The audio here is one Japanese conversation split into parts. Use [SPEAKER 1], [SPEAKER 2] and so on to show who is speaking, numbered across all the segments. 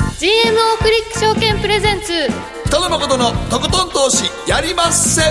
[SPEAKER 1] NO クリック証券プレゼンツ
[SPEAKER 2] 北野誠のとことん投資やりまっせ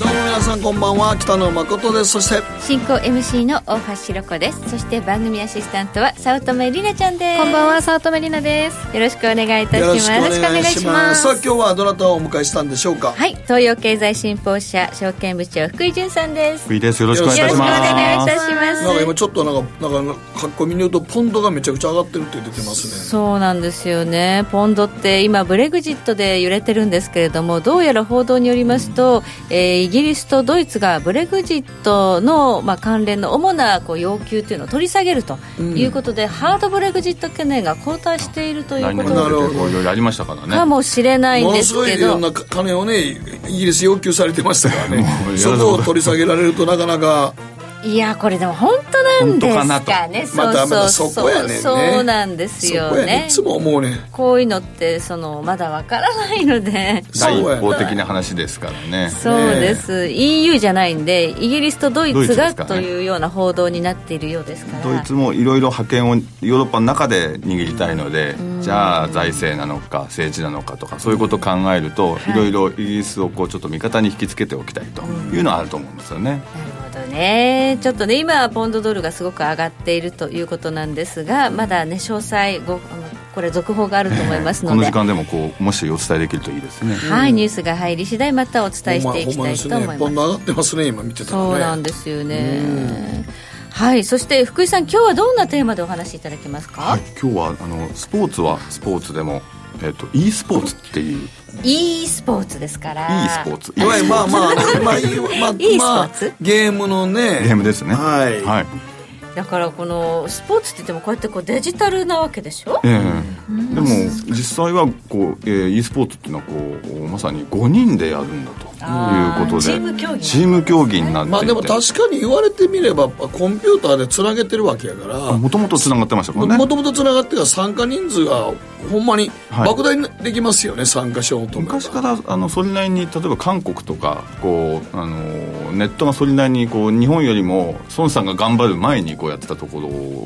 [SPEAKER 2] どうも皆さんこんばんは北野誠ですそして
[SPEAKER 3] 進行 MC の大橋ロコですそして番組アシスタントは早乙女里奈ちゃんです
[SPEAKER 1] こんばんは早乙女里奈です
[SPEAKER 3] よろしくお願いいたし
[SPEAKER 2] よ
[SPEAKER 3] ま
[SPEAKER 2] ろし
[SPEAKER 3] す
[SPEAKER 2] くお願いします
[SPEAKER 3] よ
[SPEAKER 2] さあ
[SPEAKER 3] ろしくお願いし
[SPEAKER 2] 今日はどなたをお迎えしたんでしょうか
[SPEAKER 3] はい東洋経済新報社証券部長福井潤さんですよ
[SPEAKER 4] 福井です。よろしくお
[SPEAKER 3] ろ
[SPEAKER 4] 願いい
[SPEAKER 3] しくお
[SPEAKER 4] たします。
[SPEAKER 3] 願いいたします
[SPEAKER 2] なんか今ちょっとなんかなんかかっこみに言うとポンドがめちゃくちゃ上がってるって出てますね
[SPEAKER 3] そうなんですよねポンドって今ブレグジットで揺れてるんですけれどもどうやら報道によりますと、えーイギリスとドイツがブレグジットの、まあ、関連の主なこう要求というのを取り下げるということで、ハードブレグジット懸念が後退しているという
[SPEAKER 4] 来
[SPEAKER 3] こ
[SPEAKER 4] 年
[SPEAKER 3] と
[SPEAKER 4] に
[SPEAKER 3] な
[SPEAKER 4] 向
[SPEAKER 3] の
[SPEAKER 4] けてこういろいろありましたからね。
[SPEAKER 3] かもしれないん
[SPEAKER 2] もの
[SPEAKER 3] ですす
[SPEAKER 2] ごい
[SPEAKER 3] け
[SPEAKER 2] いろ
[SPEAKER 3] ど
[SPEAKER 2] んな金をねイギリス要求されてましたから
[SPEAKER 4] も
[SPEAKER 2] ね
[SPEAKER 4] う
[SPEAKER 2] そこを取り下げられるとなかなか
[SPEAKER 3] いやこれでも本当なんです
[SPEAKER 4] 本当か
[SPEAKER 3] かね
[SPEAKER 2] またまた
[SPEAKER 3] そう
[SPEAKER 2] そこやねんね
[SPEAKER 3] そうなんです
[SPEAKER 2] そ
[SPEAKER 3] よ
[SPEAKER 2] こやね
[SPEAKER 3] ね
[SPEAKER 2] いつも思うね
[SPEAKER 3] こういうのってそのまだわからない ので
[SPEAKER 4] 第一
[SPEAKER 2] そう
[SPEAKER 4] 報
[SPEAKER 2] や
[SPEAKER 4] 的な話ですからね。
[SPEAKER 3] そうです、EU じゃないんでイギリスとドイツが
[SPEAKER 4] ドイツですかね
[SPEAKER 3] というような報道になっているようですから
[SPEAKER 4] ドイツもいろいろ覇権をヨーロッパの中で握りたいのでじゃあ財政なのか政治なのかとかそういうことを考えるといろいろイギリスをこうちょっと味方に引きつけておきたいというのはあると思うんですよね。
[SPEAKER 3] なるほどねちょっとね今はポンドドルがすごく上がっているということなんですがまだね詳細ごあのこれ続報があると思いますの
[SPEAKER 4] この
[SPEAKER 3] で、
[SPEAKER 4] 時間でもこうもしお伝えできるといいですね。
[SPEAKER 3] はいニュースが入り次第またお伝えしていき
[SPEAKER 2] ほんま
[SPEAKER 3] たい
[SPEAKER 2] です
[SPEAKER 3] と思いま
[SPEAKER 2] ね
[SPEAKER 3] す
[SPEAKER 2] ポンド上がってますね今見てたらね
[SPEAKER 3] そうなんですよね。はい、そして福井さん、今日はどんなテーマでお話しいただけますか。
[SPEAKER 4] はい、今日はあのスポーツはスポーツでも、えっと e スポーツっていう e
[SPEAKER 3] e
[SPEAKER 4] ス
[SPEAKER 3] スポーツですから。
[SPEAKER 4] ポーツ
[SPEAKER 2] いわゆるまあまあ まあいいまあ
[SPEAKER 3] いいスポ
[SPEAKER 2] ま
[SPEAKER 3] ー
[SPEAKER 2] あ
[SPEAKER 3] ツ
[SPEAKER 2] ゲームのね
[SPEAKER 4] ゲームですね
[SPEAKER 2] はい
[SPEAKER 4] はい
[SPEAKER 3] だから、このスポーツって言っても、こうやってこうデジタルなわけでしょ
[SPEAKER 4] え。えでも実際はこう、えー、e スポーツっていうのはこうまさに5人でやるんだと
[SPEAKER 3] あー
[SPEAKER 4] いうことで
[SPEAKER 3] チーム競技
[SPEAKER 4] チーム競技になっていて、
[SPEAKER 2] まあでも確かに言われてみればコンピューターでつなげてるわけやから
[SPEAKER 4] もともとつながってましたからね
[SPEAKER 2] もともとつながってた参加人数がほんまに
[SPEAKER 4] はい
[SPEAKER 2] 莫大にできますよね、参加しようと思えば
[SPEAKER 4] 昔からあのそれなりに例えば韓国とかこうあのネットがそれなりにこう日本よりも孫さんが頑張る前にこうやってたとこ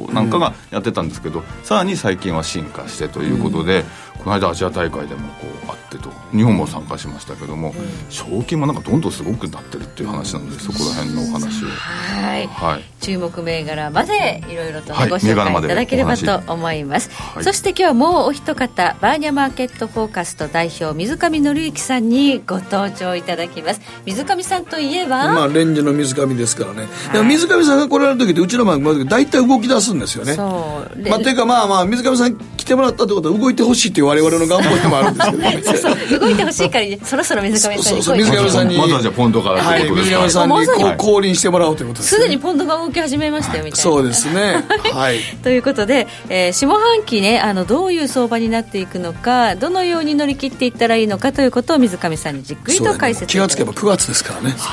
[SPEAKER 4] ろなんかがやってたんですけど、さらに最近は進化してということで、この間アジア大会でもこうあってと日本も参加しましたけども、賞金もなんかどんどんすごくなってるっていう話なのでそこら辺のお話を。
[SPEAKER 3] はい。
[SPEAKER 4] はい
[SPEAKER 3] 注目銘柄までいろいろとね
[SPEAKER 4] はい
[SPEAKER 3] ご紹
[SPEAKER 4] 銘柄
[SPEAKER 3] 介
[SPEAKER 4] ま
[SPEAKER 3] い
[SPEAKER 4] で
[SPEAKER 3] ただければと思います、
[SPEAKER 4] はい
[SPEAKER 3] そして今日はもうお一方バーニャマーケットフォーカスと代表水上紀之さんにご登場いただきます水上さんといえば、
[SPEAKER 2] まあレンジの水上ですからね、でも水上さんが来られる時ってうちの番組の時大体動き出すんですよね
[SPEAKER 3] そう
[SPEAKER 2] まあ、というかまあまあ水上さん来てもらったってことは動いてほしいっていう我々の願望でもあるんですけどね
[SPEAKER 3] そうそう動いてほしいからそろそろ水上さんに
[SPEAKER 2] そうそう
[SPEAKER 3] 声
[SPEAKER 2] 水
[SPEAKER 3] か
[SPEAKER 2] 上
[SPEAKER 3] け
[SPEAKER 2] さんに
[SPEAKER 4] まずはじゃあポンドから
[SPEAKER 2] は
[SPEAKER 4] とい
[SPEAKER 2] いう
[SPEAKER 4] ことです
[SPEAKER 2] 水
[SPEAKER 4] か
[SPEAKER 2] 上さんにこ
[SPEAKER 3] は
[SPEAKER 2] う
[SPEAKER 3] い
[SPEAKER 2] 降臨してもらおうということです
[SPEAKER 3] す
[SPEAKER 2] ね
[SPEAKER 3] でにポンドが動き始めましたよみたいな
[SPEAKER 2] そうですね はい
[SPEAKER 3] ということで、えー下半期ねあのどういう相場になっていくのかどのように乗り切っていったらいいのかということを水上さんにじっくり
[SPEAKER 2] そう
[SPEAKER 3] と
[SPEAKER 2] だね
[SPEAKER 3] 解説い
[SPEAKER 2] 気
[SPEAKER 3] ただ
[SPEAKER 2] が
[SPEAKER 3] き
[SPEAKER 2] つけば9月ですからね
[SPEAKER 3] ます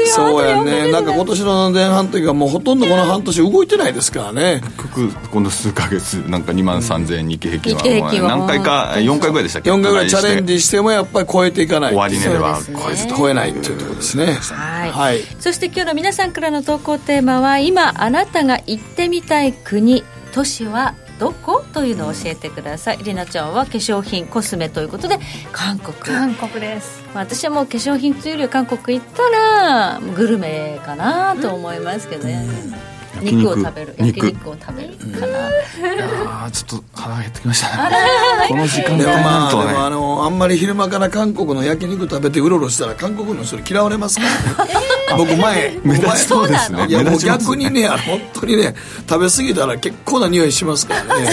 [SPEAKER 3] よ
[SPEAKER 2] そうや
[SPEAKER 3] 本当におめでとうござい
[SPEAKER 2] ね
[SPEAKER 3] ます
[SPEAKER 2] なんか今年の前半というかもうほとんどこの半年動いてないですからね
[SPEAKER 4] 結局この数ヶ月なんか2万3000円日経平均は
[SPEAKER 3] 日経平均は
[SPEAKER 4] 何回か4回ぐらいでしたっけ
[SPEAKER 2] 4回ぐらいチャレン
[SPEAKER 4] して
[SPEAKER 2] ジしてもやっぱり超えていかない
[SPEAKER 4] 終わり値では
[SPEAKER 3] そうですね
[SPEAKER 4] 超えずと
[SPEAKER 2] 超えないというところですね
[SPEAKER 3] はい
[SPEAKER 2] はい
[SPEAKER 3] そして今日の皆さんからの投稿テーマは今あなたが行ってみたい国都市はどこというのを教えてくださいりなちゃんは化粧品コスメということで韓国
[SPEAKER 5] 韓国です
[SPEAKER 3] まあ私はもう化粧品というよりは韓国行ったらグルメかなと思いますけどね
[SPEAKER 4] 焼
[SPEAKER 3] 肉
[SPEAKER 4] 肉
[SPEAKER 3] を食べる焼
[SPEAKER 4] 肉
[SPEAKER 3] 肉を食べるかな、
[SPEAKER 4] ああちょっと腹が減ってきましたねこの時間
[SPEAKER 2] でも
[SPEAKER 4] 帯に
[SPEAKER 2] ま
[SPEAKER 4] なる
[SPEAKER 2] あでもあ
[SPEAKER 4] とね
[SPEAKER 2] のあんまり昼間から韓国の焼肉食べてうろうろしたら韓国の人に嫌われますから ね僕前
[SPEAKER 4] 目立
[SPEAKER 2] 僕前
[SPEAKER 4] ちそうですね
[SPEAKER 2] いや
[SPEAKER 4] 目
[SPEAKER 2] もう
[SPEAKER 4] 立ちます
[SPEAKER 2] 逆にねあの本当にね食べ過ぎたら結構な匂いしますからね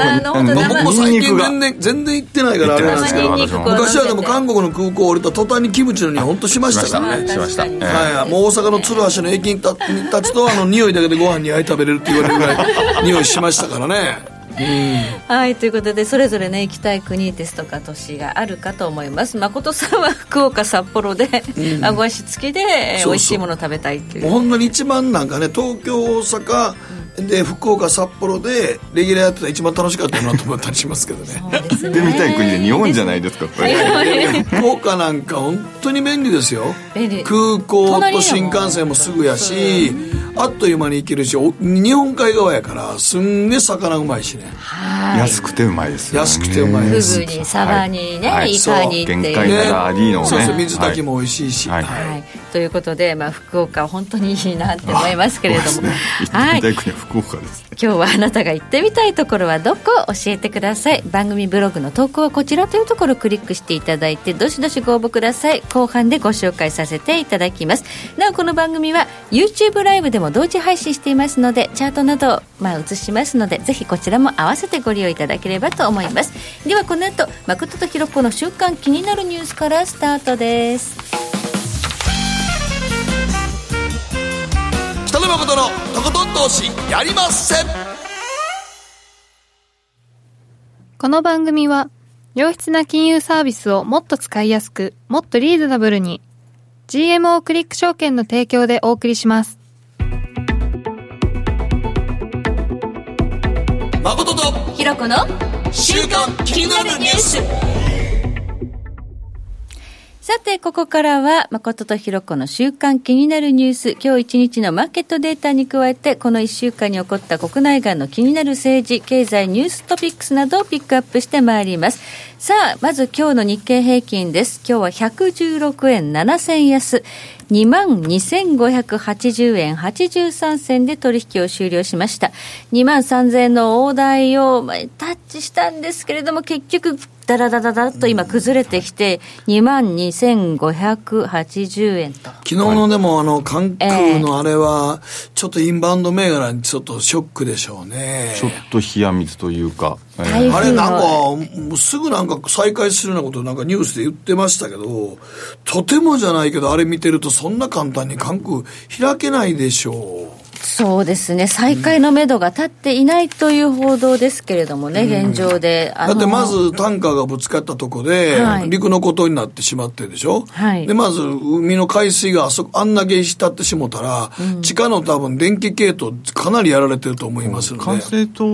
[SPEAKER 3] あの本当
[SPEAKER 4] うん
[SPEAKER 2] 僕
[SPEAKER 3] 生
[SPEAKER 2] も最近
[SPEAKER 4] ニン
[SPEAKER 2] 全然全然行ってないから
[SPEAKER 4] 言っ
[SPEAKER 2] あ
[SPEAKER 4] て
[SPEAKER 2] れな
[SPEAKER 4] な
[SPEAKER 2] いん
[SPEAKER 4] で
[SPEAKER 2] ですすけ
[SPEAKER 4] けど
[SPEAKER 2] ど
[SPEAKER 4] 私
[SPEAKER 3] あ
[SPEAKER 2] 昔は
[SPEAKER 3] の
[SPEAKER 4] も
[SPEAKER 2] でも韓国の空港降りた途端にキムチの匂い本当しま
[SPEAKER 4] し
[SPEAKER 2] し
[SPEAKER 4] ま
[SPEAKER 2] た
[SPEAKER 4] し
[SPEAKER 2] か
[SPEAKER 4] た
[SPEAKER 2] らね
[SPEAKER 4] しました
[SPEAKER 3] 確
[SPEAKER 4] え
[SPEAKER 3] かに
[SPEAKER 2] はいはい、もう大阪の鶴橋の駅に立に立つとあの匂いだけでご飯にあい食べれるって言われるぐらい匂いしましたからね
[SPEAKER 3] はいということでそれぞれね行きたい国ですとか都市があるかと思います誠さんは福岡札幌で、顎足付きでえ
[SPEAKER 2] そう
[SPEAKER 3] ー
[SPEAKER 2] そう
[SPEAKER 3] 美味しいものを食べたいっていう
[SPEAKER 2] もうほんのに一番なんかね東京大阪で福岡札幌でレギュラーやってたら一番楽しかったなと思ったりしますけどね
[SPEAKER 4] 行ってみたい国で日本じゃないですかこれ
[SPEAKER 2] 福岡なんか本当に便利ですよ
[SPEAKER 3] 便利
[SPEAKER 2] 空港
[SPEAKER 3] 隣
[SPEAKER 2] と
[SPEAKER 3] やもん
[SPEAKER 2] 新幹線もすぐやしあっという間に行けるしお日本海側やからすんげえ魚うまいしね
[SPEAKER 3] はい
[SPEAKER 4] 安くてうまいですよ、ね、
[SPEAKER 2] 安くてうまい
[SPEAKER 3] フ
[SPEAKER 2] で
[SPEAKER 3] グ
[SPEAKER 2] す
[SPEAKER 3] にサバにね、、
[SPEAKER 4] はいい
[SPEAKER 3] イカにって
[SPEAKER 4] 限
[SPEAKER 3] いう
[SPEAKER 4] 界
[SPEAKER 2] ね
[SPEAKER 4] ならありのね
[SPEAKER 2] そうそう水炊きも美味しいし、
[SPEAKER 4] はい
[SPEAKER 2] はい
[SPEAKER 3] はい、ということで、まあ、福岡本当にいいなって思いますけれど
[SPEAKER 4] そう
[SPEAKER 3] も、
[SPEAKER 4] ですね
[SPEAKER 3] は
[SPEAKER 4] 行
[SPEAKER 3] い
[SPEAKER 4] ってみたい国は福岡ですね
[SPEAKER 3] 今日はあなたが行ってみたいところはどこを教えてください番組ブログの投稿はこちらというところをクリックしていただいてどしどしご応募ください後半でご紹介させていただきますなおこの番組は YouTube ライブでも同時配信していますのでチャートなどを、まあ、映しますのでぜひこちらも合わせてご利用いただければと思いますではこの後誠とひろこの週間気になるニュースからスタートです
[SPEAKER 2] 北野誠のとことん投資やりません
[SPEAKER 1] この番組は良質な金融サービスをもっと使いやすくもっとリーズナブルに GMO クリック証券の提供でお送りします
[SPEAKER 2] 誠と
[SPEAKER 3] ひろこの
[SPEAKER 2] 週刊気になるニュース
[SPEAKER 3] さて、ここからは、誠とひろこの週間気になるニュース、今日一日のマーケットデータに加えて、この1週間に起こった国内外の気になる政治、経済、ニューストピックスなどをピックアップしてまいります。さあ、まず今日の日経平均です。今日は116円7銭安。2万2580円83銭で取引を終了しました。2万3000円の大台をまあタッチしたんですけれども、結局、だらだらだらっと今崩れてきて、2万2580円と。
[SPEAKER 2] 昨日のでもあの関空のあれはちょっとインバウンド銘柄にちょっとショックでしょうね
[SPEAKER 4] ちょっと冷や水というか、えー
[SPEAKER 3] は
[SPEAKER 2] あ
[SPEAKER 3] い
[SPEAKER 2] れなんかもうすぐなんか再開するようなことなんかニュースで言ってましたけどとてもじゃないけどあれ見てるとそんな簡単に関空開けないでしょう
[SPEAKER 3] そうですね、再開のめどが立っていないという報道ですけれどもね、現状で。あ
[SPEAKER 2] だ
[SPEAKER 3] の
[SPEAKER 2] ってまずタンカーがぶつかったとこで
[SPEAKER 3] はい
[SPEAKER 2] 陸のことになってしまってるでしょ、
[SPEAKER 3] はい
[SPEAKER 2] でまず海の海水があそこあんだけ浸ってしもたら、地下の多分電気系統かなりやられてると思いますので
[SPEAKER 4] 管制塔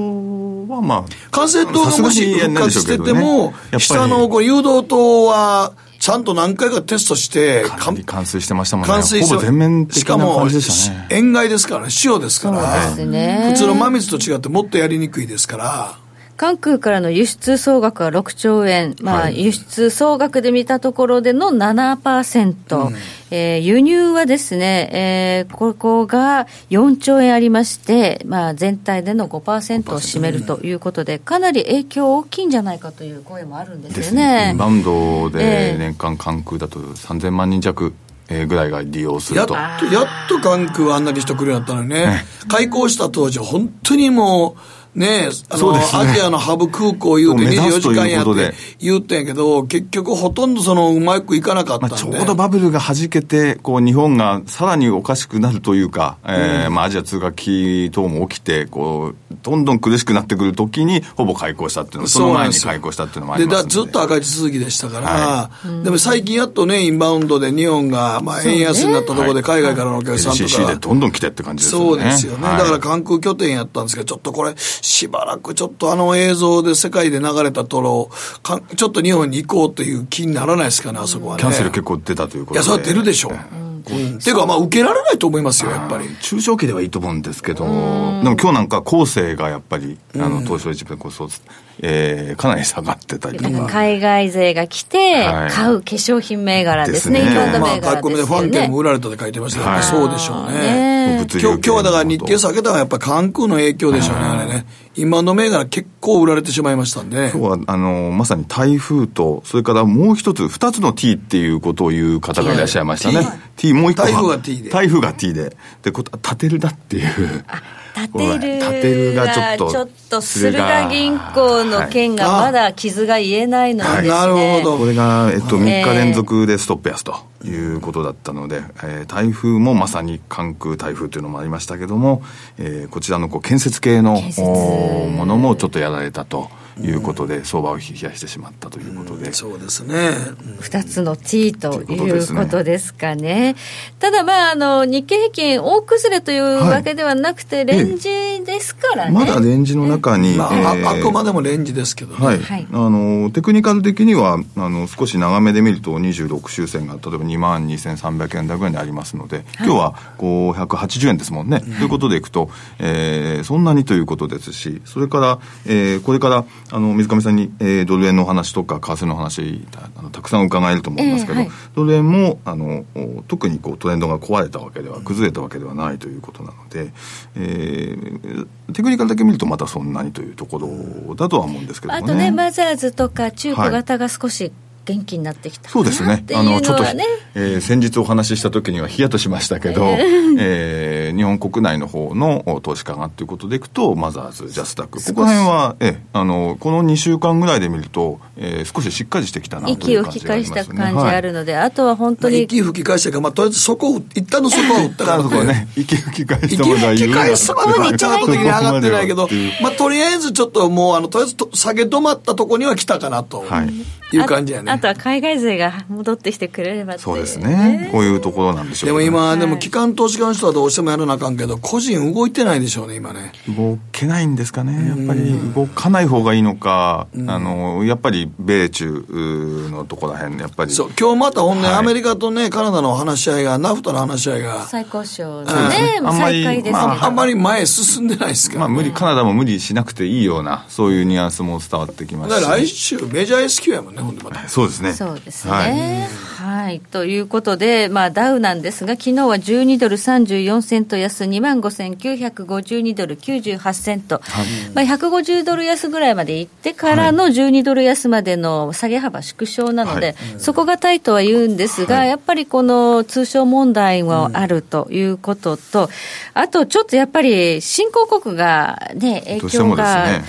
[SPEAKER 4] はまあ
[SPEAKER 2] 管制塔がもし復活してても、
[SPEAKER 4] さすが
[SPEAKER 2] 下
[SPEAKER 4] にやんないでしょうけどねやっぱり
[SPEAKER 2] のこう誘導灯は、ちゃんと何回かテストして、
[SPEAKER 4] かなり冠水してましたもんね
[SPEAKER 2] 完成して
[SPEAKER 4] ほぼ全面的な感じでした
[SPEAKER 2] しかも
[SPEAKER 4] ね
[SPEAKER 2] 塩害ですからね塩ですから
[SPEAKER 3] そうですね
[SPEAKER 2] 普通の真水と違ってもっとやりにくいですから
[SPEAKER 3] 関空からの輸出総額は6兆円、まあ
[SPEAKER 4] はい
[SPEAKER 3] 輸出総額で見たところでの7%、えー輸入はですね、えーここが4兆円ありまして、まあ、全体での5%を占めるということで、かなり影響大きいんじゃないかという声もあるんです
[SPEAKER 4] で
[SPEAKER 3] よ
[SPEAKER 4] すねイ
[SPEAKER 3] ね
[SPEAKER 4] ン。バウンド
[SPEAKER 3] ええ
[SPEAKER 4] で年間関空だと3000万人弱えーぐらいが利用す
[SPEAKER 2] や
[SPEAKER 4] る
[SPEAKER 2] っと
[SPEAKER 4] と
[SPEAKER 2] やっと関空はあんだけ人来るようになったのにね開港した当時は本当にもうねあ
[SPEAKER 4] そ
[SPEAKER 2] の
[SPEAKER 4] うですね
[SPEAKER 2] アジアのハブ空港言うて
[SPEAKER 4] 目指
[SPEAKER 2] 24
[SPEAKER 4] す
[SPEAKER 2] 時
[SPEAKER 4] という
[SPEAKER 2] 間やっ
[SPEAKER 4] こと
[SPEAKER 2] て
[SPEAKER 4] で
[SPEAKER 2] 言うてんやけど結局ほとんどそのうまくいかなかった
[SPEAKER 4] ま
[SPEAKER 2] ん
[SPEAKER 4] あ、
[SPEAKER 2] で、
[SPEAKER 4] ちょうどバブルが弾けて、こう日本がさらにおかしくなるというか、えーまあ、アジア通貨危機等も起きてこう、どんどん苦しくなってくるときに、ほぼ開港したっていうのその前に開港したっていうのもありま
[SPEAKER 2] でだ
[SPEAKER 4] すんで
[SPEAKER 2] ずっと赤字続きでしたから、でも最近やっとね、インバウンドで日本が、まあ、円安になったところで海外からのお客さんと
[SPEAKER 4] LCC
[SPEAKER 2] か、
[SPEAKER 4] でどんどん来てって感じです
[SPEAKER 2] そ
[SPEAKER 4] よ
[SPEAKER 2] う
[SPEAKER 4] ね。
[SPEAKER 2] ですよね、
[SPEAKER 4] はい
[SPEAKER 2] だから関空拠点やったんですけど、ちょっとこれ、しばらくちょっとあの映像で世界で流れたとろ、かちょっと日本に行こうという気にならないですかね、あそこはね。
[SPEAKER 4] キャンセル結構出たというこ
[SPEAKER 2] い
[SPEAKER 4] と
[SPEAKER 2] や、それ
[SPEAKER 4] で。
[SPEAKER 2] は出るでしょう。うんっていうか、まあ、受けられないと思いますよ、やっぱり。
[SPEAKER 4] 中小期ではいいと思うんですけど、でも今日なんか後世がやっぱり、あの、東証一部でこう、そう、えーかなり下がってたりと
[SPEAKER 3] なんか
[SPEAKER 4] か。
[SPEAKER 3] 海外勢が来て、
[SPEAKER 4] はい
[SPEAKER 3] 買う化粧品銘柄ですね、
[SPEAKER 4] で
[SPEAKER 3] イ
[SPEAKER 4] すね
[SPEAKER 3] ンバウンド
[SPEAKER 2] ま
[SPEAKER 3] 銘
[SPEAKER 2] あ、
[SPEAKER 3] 柄
[SPEAKER 2] 書き込み
[SPEAKER 3] で
[SPEAKER 2] ですフ
[SPEAKER 3] よ
[SPEAKER 2] ァン
[SPEAKER 3] ね
[SPEAKER 2] 券。も売られたって書いてましたから、
[SPEAKER 4] はい
[SPEAKER 2] そうでしょう
[SPEAKER 3] あー
[SPEAKER 2] ね
[SPEAKER 3] ね
[SPEAKER 4] 物流系
[SPEAKER 2] 今日今日はだから
[SPEAKER 4] の
[SPEAKER 2] 日
[SPEAKER 4] こと
[SPEAKER 2] 経下げたのはやっぱ関空の影響でしょうね、あれね。今の銘柄結構売られてしまいましたんでね。
[SPEAKER 4] 今日はあのまさに台風とそれからもう一つ二つの T っていうことを言う方がいらっしゃいましたね、
[SPEAKER 2] はい
[SPEAKER 4] T もう一個
[SPEAKER 2] 台風が T で
[SPEAKER 4] 台風が T ででこと立てるだっていう
[SPEAKER 3] 立てる
[SPEAKER 4] 立てるがちょっと
[SPEAKER 3] ちょっと駿河銀行の件がまだ傷が言えないのでです、ね
[SPEAKER 2] はいあなるほど
[SPEAKER 4] これが、えっと、3
[SPEAKER 3] ね
[SPEAKER 4] 日連続でストップ安ということだったので、えー台風もまさに関空台風というのもありましたけども、えーこちらのこう建設系の
[SPEAKER 3] 建設
[SPEAKER 4] おーものもちょっとやられたということで、相場を冷やしてしまったということで、
[SPEAKER 2] そうですね。
[SPEAKER 3] 2つの地位と
[SPEAKER 4] ということ
[SPEAKER 3] い
[SPEAKER 4] で
[SPEAKER 3] う
[SPEAKER 4] すね
[SPEAKER 3] ことですかね。ただ、まあ、あの、日経平均、大崩れという
[SPEAKER 4] はい
[SPEAKER 3] わけではなくて、レンジですからね。
[SPEAKER 4] まだレンジの中に、
[SPEAKER 2] まあ、
[SPEAKER 4] え
[SPEAKER 2] あ
[SPEAKER 4] ー
[SPEAKER 2] あくまでもレンジですけどね。
[SPEAKER 4] はい、
[SPEAKER 3] はい
[SPEAKER 4] あのテクニカル的にはあの少し長めで見ると26周線が例えば2万2300円台ぐらいにありますので、今日はこう180円ですもんね、ということでいくと、えーそんなにということですしそれから、えーこれからあの水上さんに、えードル円の話とか為替の話たあのたくさん伺えると思いますけど、
[SPEAKER 3] ええはい
[SPEAKER 4] ドル円もあのお特にこうトレンドが壊れたわけでは崩れたわけではないということなので、えーテクニカルだけ見るとまたそんなにというところだとは思うんですけども
[SPEAKER 3] あ
[SPEAKER 4] ね。
[SPEAKER 3] とね、マザーズとか中古
[SPEAKER 4] はい
[SPEAKER 3] 型が少し元気になってきた
[SPEAKER 4] そうです
[SPEAKER 3] なっ
[SPEAKER 4] ね
[SPEAKER 3] てい。う
[SPEAKER 4] あ
[SPEAKER 3] の
[SPEAKER 4] の、ちょっと
[SPEAKER 3] はね、、
[SPEAKER 4] えー先日お話しした時にはヒヤッとしましたけど、えー日本国内の方のお投資家がということでいくと、マザーズ、ジャスダック、ここら辺は、ええあの、この2週間ぐらいで見ると、えー少ししっかりしてきたなと
[SPEAKER 3] 息
[SPEAKER 4] い
[SPEAKER 3] を
[SPEAKER 4] う
[SPEAKER 3] 吹
[SPEAKER 4] 感
[SPEAKER 3] き
[SPEAKER 4] じがあ
[SPEAKER 3] 返し
[SPEAKER 4] りま
[SPEAKER 3] た
[SPEAKER 4] すね。
[SPEAKER 3] 感じあるので、あとは本当に
[SPEAKER 2] 息吹き返したから、まあ、とりあえずそこを、一旦のそこを打ったか
[SPEAKER 4] は
[SPEAKER 2] ら
[SPEAKER 4] い。あそ こね、息吹き返したまだ
[SPEAKER 2] 息吹き返すまではちょっと的に上がってないけど
[SPEAKER 4] っていう、
[SPEAKER 2] まあ、とりあえずちょっともう、あの、とりあえずと下げ止まったとこには来たかなと
[SPEAKER 4] はい
[SPEAKER 2] いう感じやね。
[SPEAKER 3] ああとは海外勢が戻ってきてくれればってい
[SPEAKER 4] そうですね。こういうところなんでしょう
[SPEAKER 2] で
[SPEAKER 4] けど
[SPEAKER 2] も
[SPEAKER 4] ね
[SPEAKER 2] 今、でも機関投資家の人はどうしてもやらなあかんけど、個人動いてないでしょうね、今ね。
[SPEAKER 4] 動けないんですかね、やっぱり動かない方がいいのか、あのやっぱり米中うーのとこらへん、やっぱり、
[SPEAKER 2] そう、今日またほんで、
[SPEAKER 4] はい
[SPEAKER 2] アメリカとね、カナダの話し合いが、ナフタの話し合いが、
[SPEAKER 3] 最高賞の
[SPEAKER 2] そうです
[SPEAKER 3] ね
[SPEAKER 4] ね、あんま
[SPEAKER 3] 再
[SPEAKER 4] り
[SPEAKER 3] 開ですけど、
[SPEAKER 4] ま
[SPEAKER 2] ああんまり前進んでないですか
[SPEAKER 4] まあ、
[SPEAKER 2] ら。
[SPEAKER 4] 無理、カナダも無理しなくていいような、そういうニュアンスも伝わってきま
[SPEAKER 2] だから来
[SPEAKER 4] すし、
[SPEAKER 2] 週、メジャー S q やもんね、ほんでまた。
[SPEAKER 4] そうですね。
[SPEAKER 3] そうです
[SPEAKER 4] はい
[SPEAKER 3] ね。はい、ということで、まあ、ダウなんですが、昨日は12ドル34セント安、2万5952ドル98セント、まあ、150ドル安ぐらいまで行ってからの12ドル安までの下げ幅縮小なので、そこがタイとは言うんですが、やっぱりこの通商問題はあるということと、あとちょっとやっぱり新興国が、ね、影
[SPEAKER 4] どうして
[SPEAKER 3] 響
[SPEAKER 4] もです
[SPEAKER 3] が、
[SPEAKER 4] ね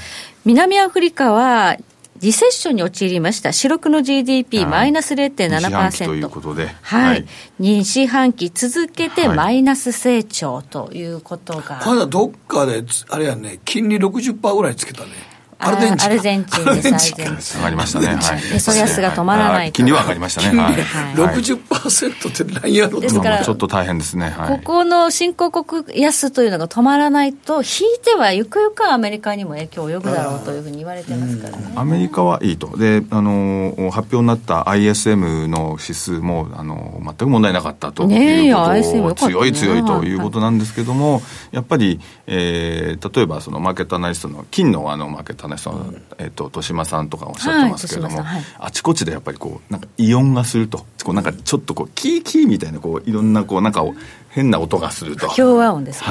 [SPEAKER 3] 南アフリカはリセッションに陥りました、四六の GDP
[SPEAKER 4] はい
[SPEAKER 3] マイナス
[SPEAKER 4] 四半期とい
[SPEAKER 3] 0.7%
[SPEAKER 4] うことで、
[SPEAKER 3] はい、2四半期続けて
[SPEAKER 4] はい
[SPEAKER 3] マイナス成長ということが、
[SPEAKER 2] カナダどっかで、あれやね、金利60%ぐらいつけたね。アルゼンチンか。
[SPEAKER 3] あアルゼンチン
[SPEAKER 2] ア
[SPEAKER 3] で
[SPEAKER 2] ル
[SPEAKER 3] す
[SPEAKER 2] ゼンチンか
[SPEAKER 3] アルゼンチン
[SPEAKER 4] 下がりましたね、はい、
[SPEAKER 3] エソ安が止まらないと
[SPEAKER 4] あ金利は上がりましたね、はい、
[SPEAKER 3] はい
[SPEAKER 4] はい
[SPEAKER 2] 60%って何やろと
[SPEAKER 3] ですから
[SPEAKER 4] まあちょっと大変ですね、は
[SPEAKER 3] こ
[SPEAKER 4] い、
[SPEAKER 3] この新興国安というのが止まらないと、引いてはゆくゆくはアメリカにも影響を及ぶだろうというふうに言われてますからね。
[SPEAKER 4] アメリカはいいと、であの発表になった ISM の指数もあの全く問題なかったと
[SPEAKER 3] ねえ
[SPEAKER 4] いうこ
[SPEAKER 3] ISM
[SPEAKER 4] と
[SPEAKER 3] よか
[SPEAKER 4] を、
[SPEAKER 3] ったね
[SPEAKER 4] 強い強いということなんですけども、やっぱり、えー例えばそのマーケットアナリストの、金のあのマーケットアナリストの、えっと豊島さんとかおっしゃってますけれども、
[SPEAKER 3] はい豊島さ
[SPEAKER 4] あちこちでやっぱりこう、なんか異音がすると、こうなんかちょっとこう、キーキーみたいな、こういろんなこうなんか変な音がすると。
[SPEAKER 3] 共和音ですね、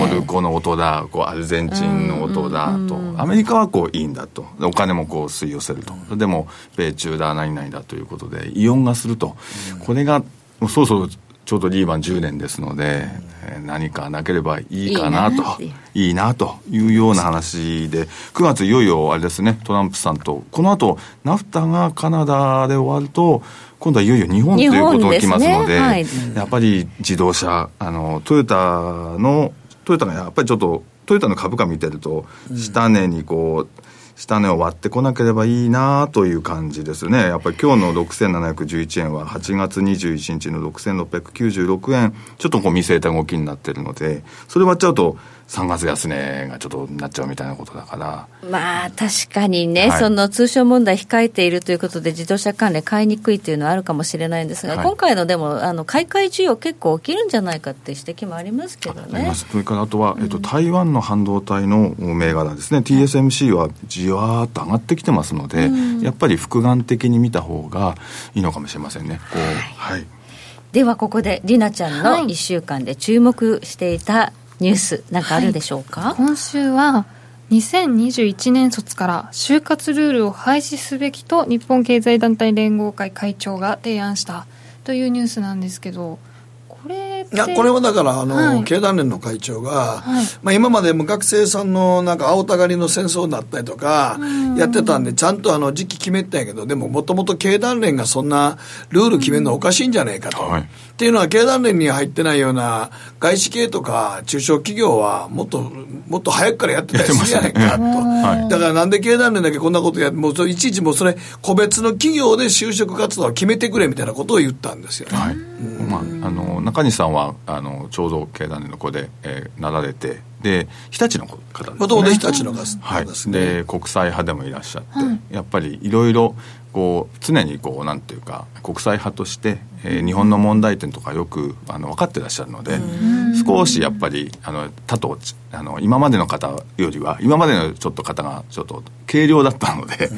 [SPEAKER 4] はい、トルコの音だこうアルゼンチンの音だと、アメリカはこういいんだとでお金もこう吸い寄せると、でも米中だ何々だということで異音がすると、これがもうそろそろちょうどリーマン10年ですので、えー何かなければいいかない
[SPEAKER 3] いなっ
[SPEAKER 4] と
[SPEAKER 3] ていう
[SPEAKER 4] いいなというような話で9月いよいよあれですねトランプさんとこの後ナフタがカナダで終わると今度はいよいよ日本ということが来ますので
[SPEAKER 3] 日本です
[SPEAKER 4] やっぱり自動車あのトヨタのトヨタがやっぱりちょっとトヨタの株価見てると下値にこう、下値を割ってこなければいいなという感じですね。やっぱり今日の6711円は8月21日の6696円、ちょっとこう見据えた動きになってるので、それ割っちゃうと3月安値がちょっとなっちゃうみたいなことだから、
[SPEAKER 3] まあ確かにね、
[SPEAKER 4] はい
[SPEAKER 3] その通商問題控えているということで、自動車関連買いにくいというのはあるかもしれないんですが、
[SPEAKER 4] はい
[SPEAKER 3] 今回のでも、あの買い替え需要、結構起きるんじゃないかっていう指摘もありますけど
[SPEAKER 4] あり
[SPEAKER 3] ね
[SPEAKER 4] ま。すそれからあとは、えっと、台湾の半導体の銘柄ですね TSMC はじわーっと上がってきてますので、やっぱり複眼的に見た方がいいのかもしれませんね。こうはい
[SPEAKER 3] ではここで、りなちゃんの1週間で注目していたニュース、なんかあるでしょうか、
[SPEAKER 1] 今週は2021年卒から就活ルールを廃止すべきと日本経済団体連合会会長が提案したというニュースなんですけどこれって
[SPEAKER 2] いやこれはだからあの、
[SPEAKER 1] はい
[SPEAKER 2] 経団連の会長が、
[SPEAKER 1] はい
[SPEAKER 2] まあ、今までも学生さんのなんか青たがりの戦争だったりとかやってたんでちゃんとあの時期決めてたんやけどでももともと経団連がそんなルール決めるのおかしいんじゃないかと、
[SPEAKER 4] はい
[SPEAKER 2] っていうのは経団連に入ってないような外資系とか中小企業はもっともっと早くからやってたりするじゃない
[SPEAKER 4] やっ
[SPEAKER 2] か
[SPEAKER 4] て
[SPEAKER 2] と、
[SPEAKER 4] まはい
[SPEAKER 2] だからなんで経団連だけこんなことやってもうそれいちいちもうそれ個別の企業で就職活動を決めてくれみたいなことを言ったんですよね、
[SPEAKER 4] はいまあ、あの中西さんはあのちょうど経団連の子で、えーなられてで日立の方ですね
[SPEAKER 2] もともと日立の方です
[SPEAKER 4] はい
[SPEAKER 2] ね、
[SPEAKER 4] で国際派でもいらっしゃって、やっぱりいろいろこう常にこうなんていうか国際派として、えー日本の問題点とかよくあの分かってらっしゃるので、少しやっぱりあの他とあの今までの方よりは今までのちょっと方がちょっと軽量だったので、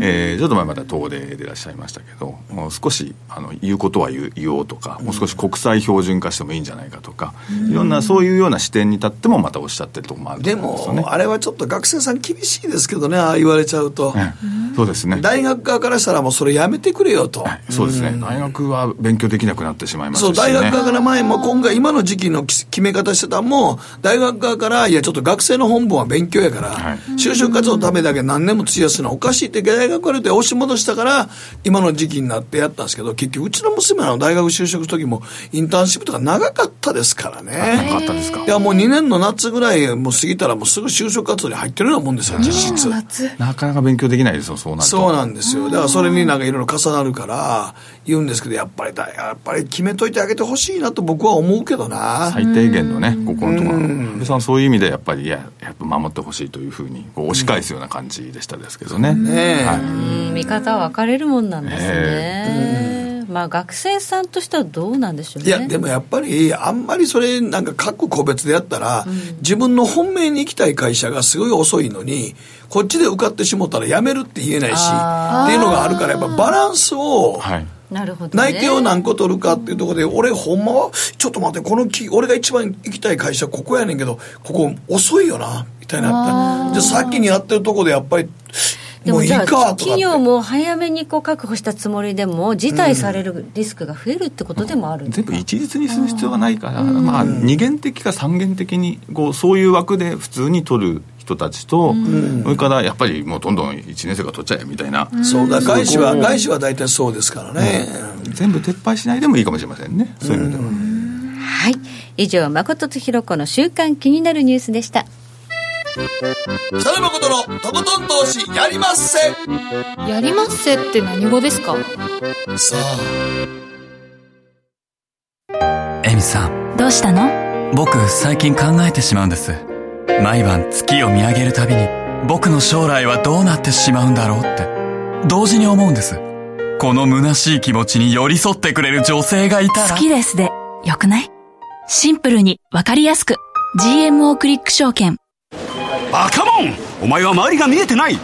[SPEAKER 4] えーちょっと前までは東電でいらっしゃいましたけどもう少しあの言うことは言う言おうとかもう少し国際標準化してもいいんじゃないかとか、いろんなそういうような視点に立ってもまたおっしゃってるところもあると
[SPEAKER 2] で
[SPEAKER 4] 思うんですよ
[SPEAKER 2] も
[SPEAKER 4] ね。
[SPEAKER 2] あれはちょっと学生さん厳しいですけどねああ言われちゃうと、
[SPEAKER 4] ええそうですね。
[SPEAKER 2] 大学側からしたらもうそれやめてくれよと、
[SPEAKER 4] はいそうですね、大学は勉強できなくなってしまいますし、
[SPEAKER 2] そう、
[SPEAKER 4] ね、
[SPEAKER 2] 大学側から前も今回、今の時期のき決め方してたんも、大学側から、いや、ちょっと学生の本分は勉強やから、
[SPEAKER 4] はい
[SPEAKER 2] 就職活動のためだけ何年も費やすのはおかしいって、大学から言って押し戻したから、今の時期になってやったんですけど、結局、うちの娘らの大学就職の時も、インターンシップとか長かったですから
[SPEAKER 4] なか
[SPEAKER 2] ね。
[SPEAKER 4] ったですか
[SPEAKER 2] いや、もう2年の夏ぐらいもう過ぎたら、もうすぐ就職活動に入ってるようなもんですよ、実質。
[SPEAKER 1] 夏
[SPEAKER 4] なかなか勉強できないですよそうなると
[SPEAKER 2] そうなんですよ。だからそれになんかいろいろ重なるから言うんですけど、やっぱりだ、やっぱり決めといてあげてほしいなと僕は思うけどな。
[SPEAKER 4] 最低限のねここのところ安倍さんそういう意味でやっぱりいややっぱ守ってほしいというふうにこう押し返すような感じでしたですけどね、
[SPEAKER 2] ねえ
[SPEAKER 4] はい
[SPEAKER 3] うん見方は分かれるもんなんですね、まあ学生さんとしてはどうなんでしょう
[SPEAKER 2] い
[SPEAKER 3] ね
[SPEAKER 2] や、でもやっぱり、あんまりそれ、なんか各個別でやったら、自分の本命に行きたい会社がすごい遅いのに、こっちで受かってしもったら辞めるって言えないし、
[SPEAKER 3] あ
[SPEAKER 2] っていうのがあるから、やっぱバランスを、
[SPEAKER 4] はい
[SPEAKER 3] なるほど、ね、
[SPEAKER 2] 内定を何個取るかっていうところで、俺ほんまは、ちょっと待って、このき、俺が一番行きたい会社ここやねんけど、ここ遅いよな、みたいになって。じゃあさっきにやってるとこでやっぱり、
[SPEAKER 3] で
[SPEAKER 2] も
[SPEAKER 3] も
[SPEAKER 2] ういい
[SPEAKER 3] じ
[SPEAKER 2] か
[SPEAKER 3] ゃあ
[SPEAKER 2] とかって。
[SPEAKER 3] 企業も早めにこう確保したつもりでも辞退されるリスクが増えるってことでもあるんです
[SPEAKER 4] 全部一律にする必要がないから、まあ、二元的か三元的にこうそういう枠で普通に取る人たちと、それからやっぱりもうどんどん1年生が取っちゃえみたいな、
[SPEAKER 2] そうだ、外資は、
[SPEAKER 4] うん
[SPEAKER 2] 外資は大体そうですからね。
[SPEAKER 4] 全部撤廃しないでもいいかもしれませんねそういう意味では。
[SPEAKER 3] はい以上誠とひろ子の週刊気になるニュースでした
[SPEAKER 2] 北野誠のとことん投資やりまっせ
[SPEAKER 1] やりまっせって何語ですか
[SPEAKER 2] さあ
[SPEAKER 5] エミさん
[SPEAKER 6] どうしたの
[SPEAKER 5] 僕最近考えてしまうんです毎晩月を見上げるたびに僕の将来はどうなってしまうんだろうって同時に思うんですこの虚しい気持ちに寄り添ってくれる女性がいたら
[SPEAKER 6] 好きですで、よくないシンプルにわかりやすく。GMO クリック証券。
[SPEAKER 7] バカモンお前は周りが見えてない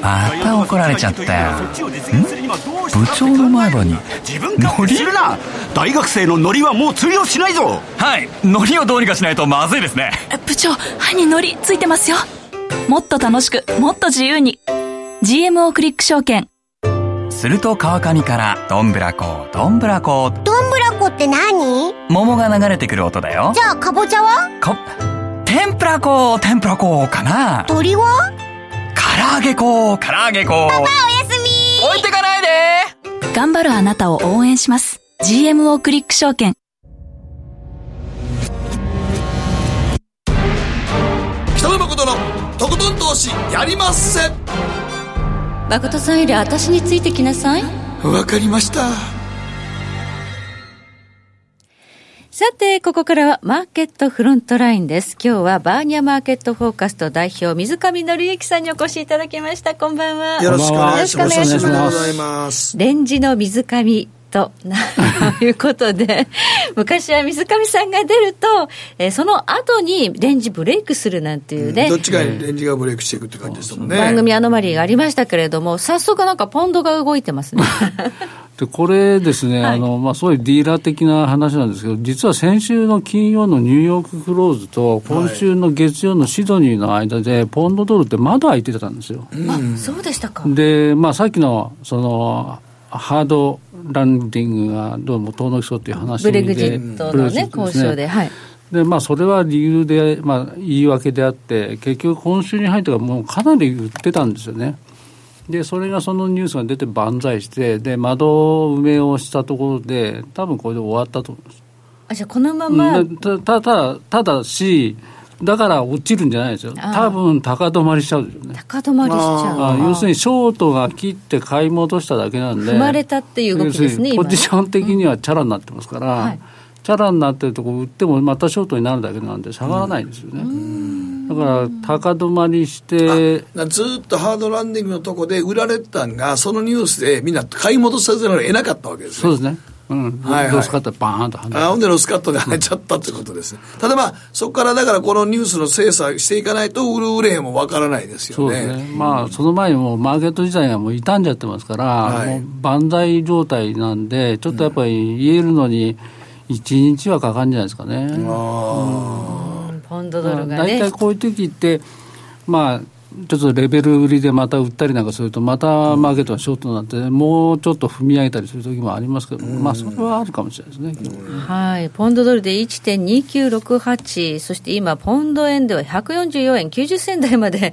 [SPEAKER 5] また怒られちゃったよ部長の前歯に
[SPEAKER 7] 自分勝手にするな大学生のノリはもう通用しないぞ
[SPEAKER 5] はいノリをどうにかしないとまずいですね
[SPEAKER 6] あ部長、歯にノリついてますよ。もっと楽しく、もっと自由に。GMO クリック証券。
[SPEAKER 5] すると川上からどんぶらこどんぶらこ
[SPEAKER 8] どんぶらこって何
[SPEAKER 5] 桃が流れてくる音だよ
[SPEAKER 8] じゃあかぼちゃは
[SPEAKER 5] こ天ぷらこ天ぷらこかな
[SPEAKER 8] 鳥は
[SPEAKER 5] 唐揚げこ唐揚げこ
[SPEAKER 8] おやすみ
[SPEAKER 5] 置いてかないで
[SPEAKER 6] 頑張るあなたを応援します。GMO クリック証券。
[SPEAKER 2] 北野誠のとことん投資やりまっせ
[SPEAKER 3] 誠さんより私についてきなさい
[SPEAKER 2] わかりました
[SPEAKER 3] さて、ここからはマーケットフロントラインです。今日はバーニャマーケットフォーカスト代表、水上紀之さんにお越しいただきました。こんばんは。
[SPEAKER 2] よろしくお願いします
[SPEAKER 3] よろしくお願
[SPEAKER 2] おめでとうご
[SPEAKER 3] いします
[SPEAKER 2] ざいます
[SPEAKER 3] レンジの水上と なということで、昔は水上さんが出ると、えーその後にレンジブレイクするなんていうね。
[SPEAKER 2] どっちかにレンジがブレイクしていくって感じですもんね
[SPEAKER 3] 番組アノマリーがありましたけれども、早速なんかポンドが動いてますね。
[SPEAKER 9] でこれですね、あのまあ、すごいディーラー的な話なんですけど、実は先週の金曜のニューヨーククローズと、今週の月曜のシドニーの間で、ポンドドルってまだ開いてたんですよ。
[SPEAKER 3] あ、そうでしたか。
[SPEAKER 9] で、まあ、さっきのそのハードランディングがどうも遠のきそうっていう話
[SPEAKER 3] ブ
[SPEAKER 9] で
[SPEAKER 3] レグジット
[SPEAKER 9] ブ
[SPEAKER 3] の
[SPEAKER 9] レグジ
[SPEAKER 3] ね
[SPEAKER 9] ッ、ト
[SPEAKER 3] 交
[SPEAKER 9] すね
[SPEAKER 3] 渉で。はい。
[SPEAKER 9] でまあ、それは理由で、まあ、言い訳であって、結局、今週に入ってからもうかなり売ってたんですよね。で、それがそのニュースが出て万歳して、で、窓埋めをしたところで、多分これで終わったと思います。
[SPEAKER 3] あじゃあこのまま、
[SPEAKER 9] うんたただただしだから落ちるんじゃないですよ
[SPEAKER 3] あー
[SPEAKER 9] 多分高止まりしちゃうでしょうね
[SPEAKER 3] 高止まりしちゃう
[SPEAKER 9] あー要するにショートが切って買い戻しただけなんで
[SPEAKER 3] 踏まれたっていう動きですね
[SPEAKER 9] 要るに
[SPEAKER 3] 今
[SPEAKER 9] ポジション的にはチャラになってますから、
[SPEAKER 3] はい
[SPEAKER 9] チャラになってるとこ売ってもまたショートになるだけなんで下がらないんですよね、だから高止まりして
[SPEAKER 2] なずーっとハードランディングのとこで売られてたんが、そのニュースでみんな買い戻さざるを得なかったわけです
[SPEAKER 9] そう
[SPEAKER 2] ね。
[SPEAKER 9] ですねうん、
[SPEAKER 2] はいはい
[SPEAKER 9] どうですかってバーンと跳ね
[SPEAKER 2] あほんでロスカットで跳ねちゃったってことですね。ただまあ、そこからだからこのニュースの精査していかないと、売る売れへんもわからないです
[SPEAKER 9] そ
[SPEAKER 2] よ
[SPEAKER 9] う
[SPEAKER 2] ね。
[SPEAKER 9] ですね、まあ、その前にもうマーケット自体がもう傷んじゃってますから、
[SPEAKER 2] はい
[SPEAKER 9] もう万歳状態なんで、ちょっとやっぱり言えるのに、1日はかかるんじゃないですかね。
[SPEAKER 3] うんポンドドルが
[SPEAKER 9] 大
[SPEAKER 3] ね
[SPEAKER 9] 体こういう時って、まあ、ちょっとレベル売りでまた売ったりなんかすると、またマーケットがショートになって、もうちょっと踏み上げたりする時もありますけど、まあ、それはあるかもしれないですね。
[SPEAKER 3] はい、ポンドドルで1.2968、そして今、ポンド円では144円90銭台まで、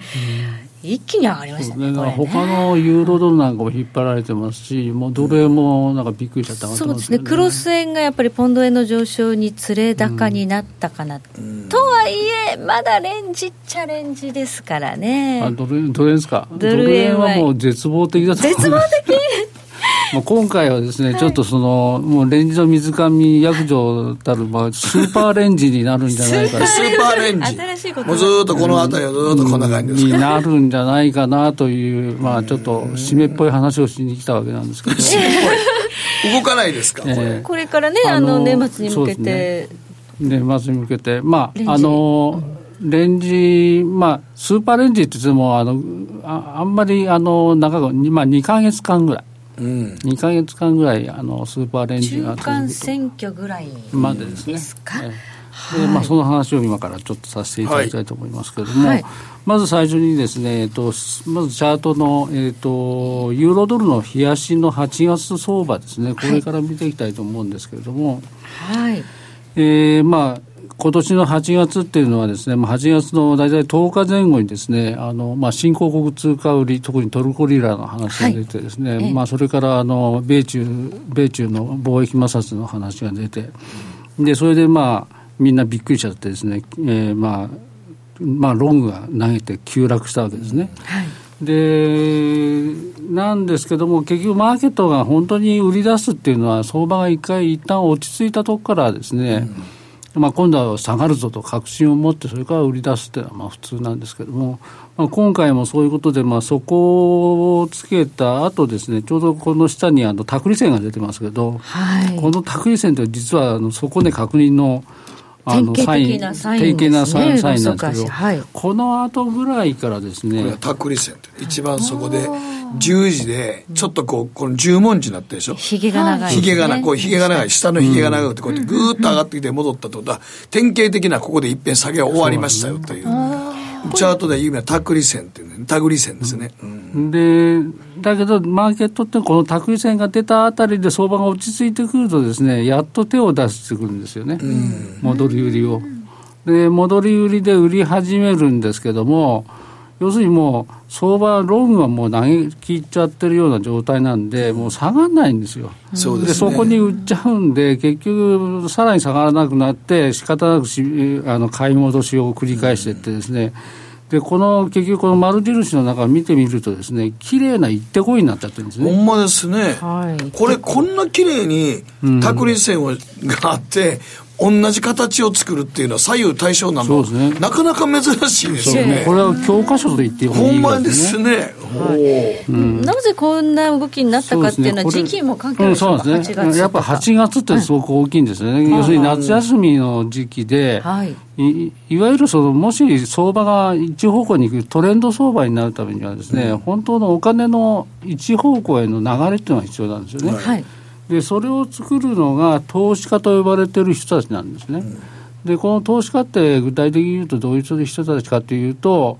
[SPEAKER 3] 一気に上がりましたね、これね
[SPEAKER 9] 他のユーロドルなんかも引っ張られてますし、もうドル円もなんかびっくりしちゃった
[SPEAKER 3] そうですね、クロス円がやっぱりポンド円の上昇につれ高になったかな、とはいえ、まだレンジっちゃレンジですから
[SPEAKER 9] あ
[SPEAKER 3] ね、
[SPEAKER 9] ドル円ドル円ですか
[SPEAKER 3] ドル円は
[SPEAKER 9] ドルもう絶望的だと思います
[SPEAKER 3] 絶望的
[SPEAKER 9] もう今回はですね、ちょっとそのもうレンジの水上役場たる、まあ、スーパーレンジになるんじゃないか
[SPEAKER 2] スーパーレンジ。
[SPEAKER 3] 新しい言葉
[SPEAKER 2] もうずーっとこの辺りはずーっとこんな感じです
[SPEAKER 9] になるんじゃないかなという、まあ、ちょっと締めっぽい話をしに来たわけなんで すけど、
[SPEAKER 2] 動かないですか、これ。
[SPEAKER 9] え
[SPEAKER 3] これからね、あの
[SPEAKER 9] あの
[SPEAKER 3] 年末に向け
[SPEAKER 9] そうで
[SPEAKER 3] て、
[SPEAKER 9] 年末に向けて、ま
[SPEAKER 3] レンジ
[SPEAKER 9] あ、あのレンジ、まあ、スーパーレンジって言ってもあのああんまりあの長く、にまあ、2か月間ぐらい、
[SPEAKER 2] うん。
[SPEAKER 9] 2か月間ぐらいあのスーパーレンジ
[SPEAKER 3] 中
[SPEAKER 9] が続
[SPEAKER 3] 間
[SPEAKER 9] く
[SPEAKER 3] 選挙ぐらい
[SPEAKER 9] とまでですね。
[SPEAKER 3] ですか。
[SPEAKER 9] ええでまあ、その話を今からちょっとさせていただきたいと思いますけれども、
[SPEAKER 3] はい
[SPEAKER 9] まず最初にですね、えっと、すまずチャートの、えっと、ユーロドルの冷やしの8月相場ですね、これから見ていきたいと思うんですけれども、
[SPEAKER 3] はい
[SPEAKER 9] えーまあ、今年の8月っていうのはですね、まあ、8月の大体10日前後にですね、あの、まあ、新興国通貨売り、特にトルコリラの話が出てですね、まあ、それから、あの、米中、米中の貿易摩擦の話が出て、で、それで、まあ、みんなびっくりしちゃってですね、えーまあ、まあ、ロングが投げて急落したわけですね。でなんですけども結局マーケットが本当に売り出すっていうのは相場が一回一旦落ち着いたとこからですね、まあ、今度は下がるぞと確信を持ってそれから売り出すっていうのはまあ普通なんですけども、まあ、今回もそういうことで、まあ、そこをつけた後ですねちょうどこの下にあの託離線が出てますけど、
[SPEAKER 3] はい
[SPEAKER 9] この託離線って実はあの底値確認のあの
[SPEAKER 3] 典型的なサイン
[SPEAKER 9] 典型なサイン
[SPEAKER 3] ですね
[SPEAKER 9] サインなんですけ
[SPEAKER 3] ロス
[SPEAKER 9] ど、
[SPEAKER 3] カーシはい
[SPEAKER 9] この後ぐらいからですね
[SPEAKER 2] これはタクリ線って、一番そこで、十字で、ちょっとこう、この十文字になってるでしょ
[SPEAKER 3] ひげが長いですね
[SPEAKER 2] ひげがな、こうひげが長い、下のひげが長くて、こうやってぐーっと上がってきて戻ったってことは、典型的なここで一遍下げが終わりましたよという。チャートで有名なタクリ線っていうね、タクリ線ですね。うん
[SPEAKER 9] でだけど、マーケットってこの託離線が出たあたりで相場が落ち着いてくるとですねやっと手を出してくるんですよね、戻り売りを。で戻り売りで売り始めるんですけども要するにもう相場ロングはもう投げ切っちゃってるような状態なんでもう下がらないんですよ。
[SPEAKER 2] そうですね
[SPEAKER 9] そこに売っちゃうんで結局さらに下がらなくなって仕方なくしあの買い戻しを繰り返していってですね、でこの結局この丸印の中を見てみるとですね綺麗な一手こいになっちゃってるんです
[SPEAKER 2] ほ
[SPEAKER 9] ね。
[SPEAKER 2] んまですね。
[SPEAKER 3] はい
[SPEAKER 2] これこんな綺麗にタクリ線をがあって、同じ形を作るっていうのは左右対称な
[SPEAKER 9] そ
[SPEAKER 2] の
[SPEAKER 9] うですね
[SPEAKER 2] なかなか珍しいです
[SPEAKER 9] そ
[SPEAKER 2] よ
[SPEAKER 9] う
[SPEAKER 2] ね
[SPEAKER 9] こ。れは教科書と言っていいほ
[SPEAKER 2] ほ
[SPEAKER 9] どい
[SPEAKER 2] ん
[SPEAKER 9] いぐら
[SPEAKER 2] ま
[SPEAKER 9] い
[SPEAKER 2] ですね。
[SPEAKER 3] なぜこんな動きになったかっていうのは
[SPEAKER 9] そ
[SPEAKER 3] 時
[SPEAKER 9] ですね
[SPEAKER 3] 期も関係
[SPEAKER 9] こ
[SPEAKER 3] あ
[SPEAKER 9] れ
[SPEAKER 3] る
[SPEAKER 9] うん
[SPEAKER 3] でしょ
[SPEAKER 9] そうう
[SPEAKER 3] か
[SPEAKER 9] なんですねうんやっぱ8月ってすごく大きいんですよね、要するに夏休みの時期で、
[SPEAKER 3] はい
[SPEAKER 9] いいわゆるそのもし相場が一方向に行くトレンド相場になるためにはですね、本当のお金の一方向への流れっていうのが必要なんですよね、
[SPEAKER 3] はい
[SPEAKER 9] でそれを作るのが投資家と呼ばれている人たちなんですね、でこの投資家って具体的に言うとどういう人たちかというと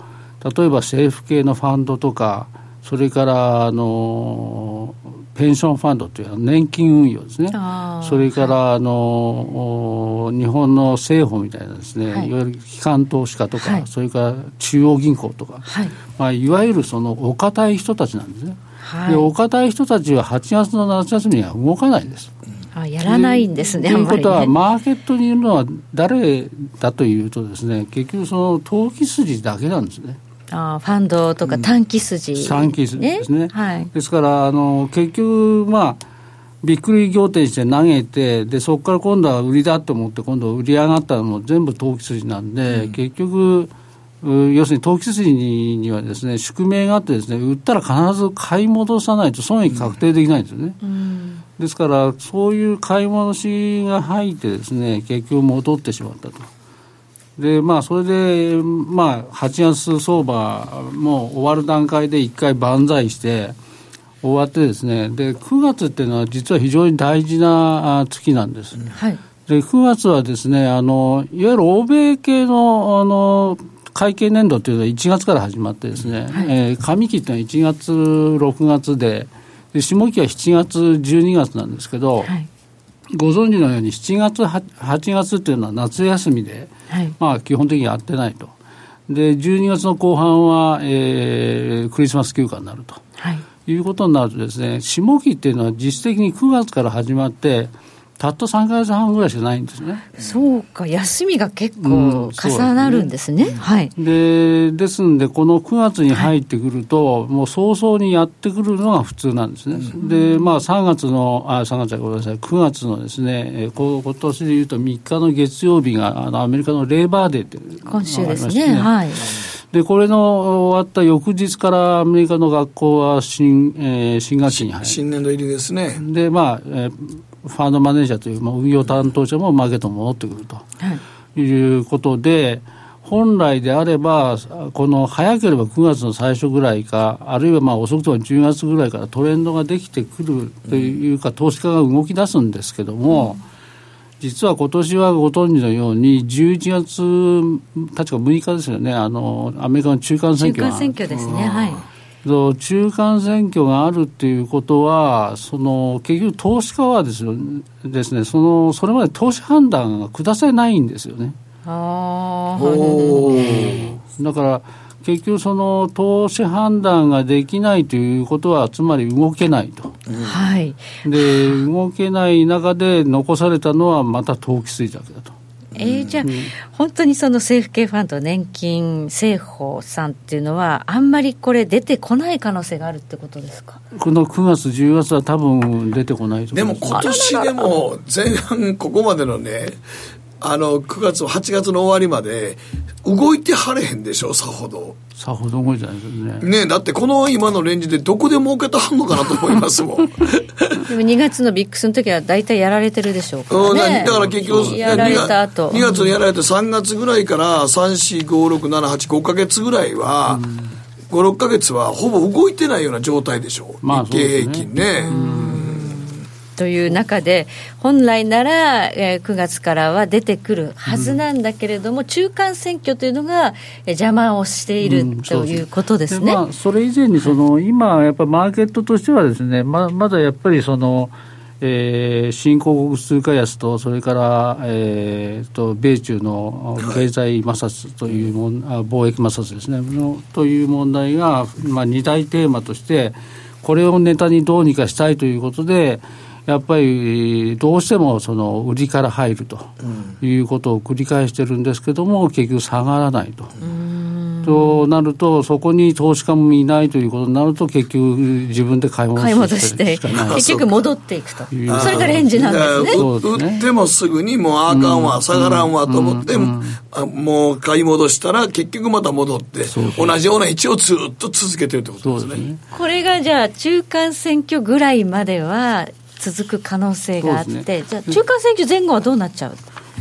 [SPEAKER 9] 例えば政府系のファンドとかそれからあのペンションファンドというのは年金運用ですね
[SPEAKER 3] あー
[SPEAKER 9] それからあの、お日本の政府みたいなですね、
[SPEAKER 3] はい
[SPEAKER 9] い、わゆる機関投資家とか、
[SPEAKER 3] はい
[SPEAKER 9] それから中央銀行とか、
[SPEAKER 3] はい
[SPEAKER 9] まあ、いわゆるそのお堅い人たちなんですね、
[SPEAKER 3] はい
[SPEAKER 9] でお堅い人たちは8月の夏休みには動かないんです、
[SPEAKER 3] あやらないんですね、あ
[SPEAKER 9] とい
[SPEAKER 3] ん
[SPEAKER 9] う
[SPEAKER 3] ま
[SPEAKER 9] こ
[SPEAKER 3] り
[SPEAKER 9] とは、
[SPEAKER 3] ね。
[SPEAKER 9] マーケットにいるのは誰だというとですね、結局、その投機筋だけなんですね。
[SPEAKER 3] あーファンドとか短期筋、
[SPEAKER 9] 短期筋ですね
[SPEAKER 3] はい。
[SPEAKER 9] ですから、あの結局、まあ、びっくり仰天して投げて、でそこから今度は売りだと思って、今度、売り上がったのも全部投機筋なんで、結局、う要するに投機筋にはです、ね、宿命があってです、ね、売ったら必ず買い戻さないと損益確定できないんですよね。ですから、そういう買い戻しが入ってです、ね、結局戻ってしまったと。でまあ、それで、まあ、8月相場も終わる段階で1回万歳して終わってですねで9月っていうのは実は非常に大事なあ月なんです、
[SPEAKER 3] はい。
[SPEAKER 9] で9月はですねあのいわゆる欧米系のあの会計年度というのは1月から始まってですね、えー上期というのは1月6月でで下期は7月12月なんですけど、
[SPEAKER 3] はい。
[SPEAKER 9] ご存知のように7月は8月というのは夏休みで。
[SPEAKER 3] はい。
[SPEAKER 9] まあ、基本的にやってないと。で、12月の後半は、えークリスマス休暇になると
[SPEAKER 3] はい。
[SPEAKER 9] いうことになるとですね、下期っていうのは実質的に9月から始まって、たった3ヶ月半ぐらいしかないんですね。
[SPEAKER 3] そうか、休みが結
[SPEAKER 9] う
[SPEAKER 3] 構
[SPEAKER 9] んそうですね
[SPEAKER 3] 重なるんですね。はい。
[SPEAKER 9] で、ですんで、この9月に入ってくると、もう早々にやってくるのが普通なんですね。で、まあ、3月の、あ、3月はごめんなさい、9月のですね、えーこう今年でいうと3日の月曜日が、あの、アメリカのレーバーデーっていうのが
[SPEAKER 3] 今
[SPEAKER 9] ありまし
[SPEAKER 3] 週
[SPEAKER 9] て
[SPEAKER 3] ですね。はい。
[SPEAKER 9] でこれの終わった翌日からアメリカの学校は新,、えー新学期に入
[SPEAKER 2] 新年度入りですね。
[SPEAKER 9] るでまあ、えーファンドマネージャーという、まあ、運用担当者もマーケットに戻ってくると
[SPEAKER 3] はい。
[SPEAKER 9] いうことで本来であればこの早ければ9月の最初ぐらいかあるいはまあ遅くとも10月ぐらいからトレンドができてくるというか、投資家が動き出すんですけども、実は今年はご存知のように、11月、確か6日ですよね、あのアメリカの中間選
[SPEAKER 3] 中
[SPEAKER 9] 挙が
[SPEAKER 3] 間選挙ですね。はい。
[SPEAKER 9] そう中間選挙があるっていうことは、その結局、投資家はですよです、ねその、それまで投資判断が下せないんですよね。
[SPEAKER 3] あ
[SPEAKER 2] おー
[SPEAKER 9] だから結局その投資判断ができないということはつまり動けないと
[SPEAKER 3] あ。はい。
[SPEAKER 9] で動けない中で残されたのはまた投機水だけだと
[SPEAKER 3] えーじゃあ、本当にその政府系ファンド、年金政法さんっていうのは、あんまりこれ、出てこない可能性があるってことですか
[SPEAKER 9] この9月10月は多分出てこないと
[SPEAKER 2] で
[SPEAKER 9] 思
[SPEAKER 2] も
[SPEAKER 9] います
[SPEAKER 2] 今年でも前半ここまでのね、あの、9月、8月の終わりまで、動いてはれへんでしょ、さほど。
[SPEAKER 9] さほど動いてないですよね
[SPEAKER 2] ねだってこの今のレンジでどこで儲けたはんのかなと思います もん。
[SPEAKER 3] でも2月のビックスの時は、大体やられてるでしょうから、
[SPEAKER 2] うんだ
[SPEAKER 3] ね、
[SPEAKER 2] だから結局、
[SPEAKER 3] やられた後
[SPEAKER 2] 2月にやられて3月ぐらいから、3、4、5、6、7、8、5ヶ月ぐらいは、5、6ヶ月はほぼ動いてないような状態でしょう。
[SPEAKER 9] まあ
[SPEAKER 2] 日経平均ね。
[SPEAKER 3] という中で、本来なら、えー9月からは出てくるはずなんだけれども、中間選挙というのが、えー邪魔をしている、
[SPEAKER 9] うんそ
[SPEAKER 3] と
[SPEAKER 9] うで
[SPEAKER 3] い
[SPEAKER 9] す
[SPEAKER 3] うことですね。
[SPEAKER 9] まあ、それ以前にその、今、やっぱりマーケットとしてはですね、ままだやっぱりその、えー新興国通貨安と、それから、えーと米中の経済摩擦というもん、あ貿易摩擦ですねの、という問題が、まあ、二大テーマとして、これをネタにどうにかしたいということで、やっぱりどうしてもその売りから入るということを繰り返してるんですけども、結局下がらないと。となると、そこに投資家もいないということになると、結局、自分で買い戻
[SPEAKER 3] 買い戻して
[SPEAKER 9] しか ない、
[SPEAKER 3] 結局戻っていくと。それ
[SPEAKER 9] うん
[SPEAKER 3] がレンジなんですね。
[SPEAKER 2] う
[SPEAKER 9] そうですね
[SPEAKER 2] 売ってもすぐにもうあかんわ、下がらんわと思って、あもう買い戻したら結局また戻って、同じような位置をずっと続けてるってことですね。
[SPEAKER 3] これがじゃあ中間選挙ぐらいまでは続く可能性があっ
[SPEAKER 9] そう
[SPEAKER 3] て、
[SPEAKER 9] で
[SPEAKER 3] じゃあ中間選挙前後はどうなっちゃう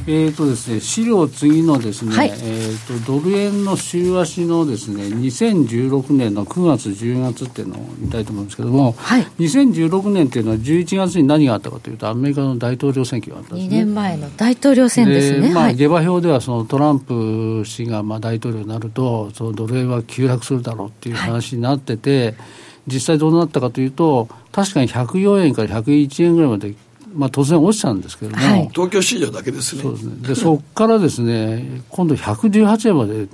[SPEAKER 9] えーとですね、資料次のですね、
[SPEAKER 3] はい
[SPEAKER 9] えーとドル円の週足のですね、2016年の9月、10月っていうのを見たいと思うんですけども、
[SPEAKER 3] はい
[SPEAKER 9] 2016年っていうのは11月に何があったかというと、アメリカの大統領選挙があったんです
[SPEAKER 3] ?2
[SPEAKER 9] ね。
[SPEAKER 3] 年前の大統領選ですね。
[SPEAKER 9] ま
[SPEAKER 3] は
[SPEAKER 9] あ、
[SPEAKER 3] い、
[SPEAKER 9] 下馬評ではそのトランプ氏がまあ大統領になるとその奴隷は急落するだろうっていう話になってて、実際どうなったかというと確かに104円から101円ぐらいまで、まあ、突然落ちたんですけれども、
[SPEAKER 3] はい
[SPEAKER 2] 東京市場だけですね
[SPEAKER 9] そう。ですねでそこからですね今度118円まで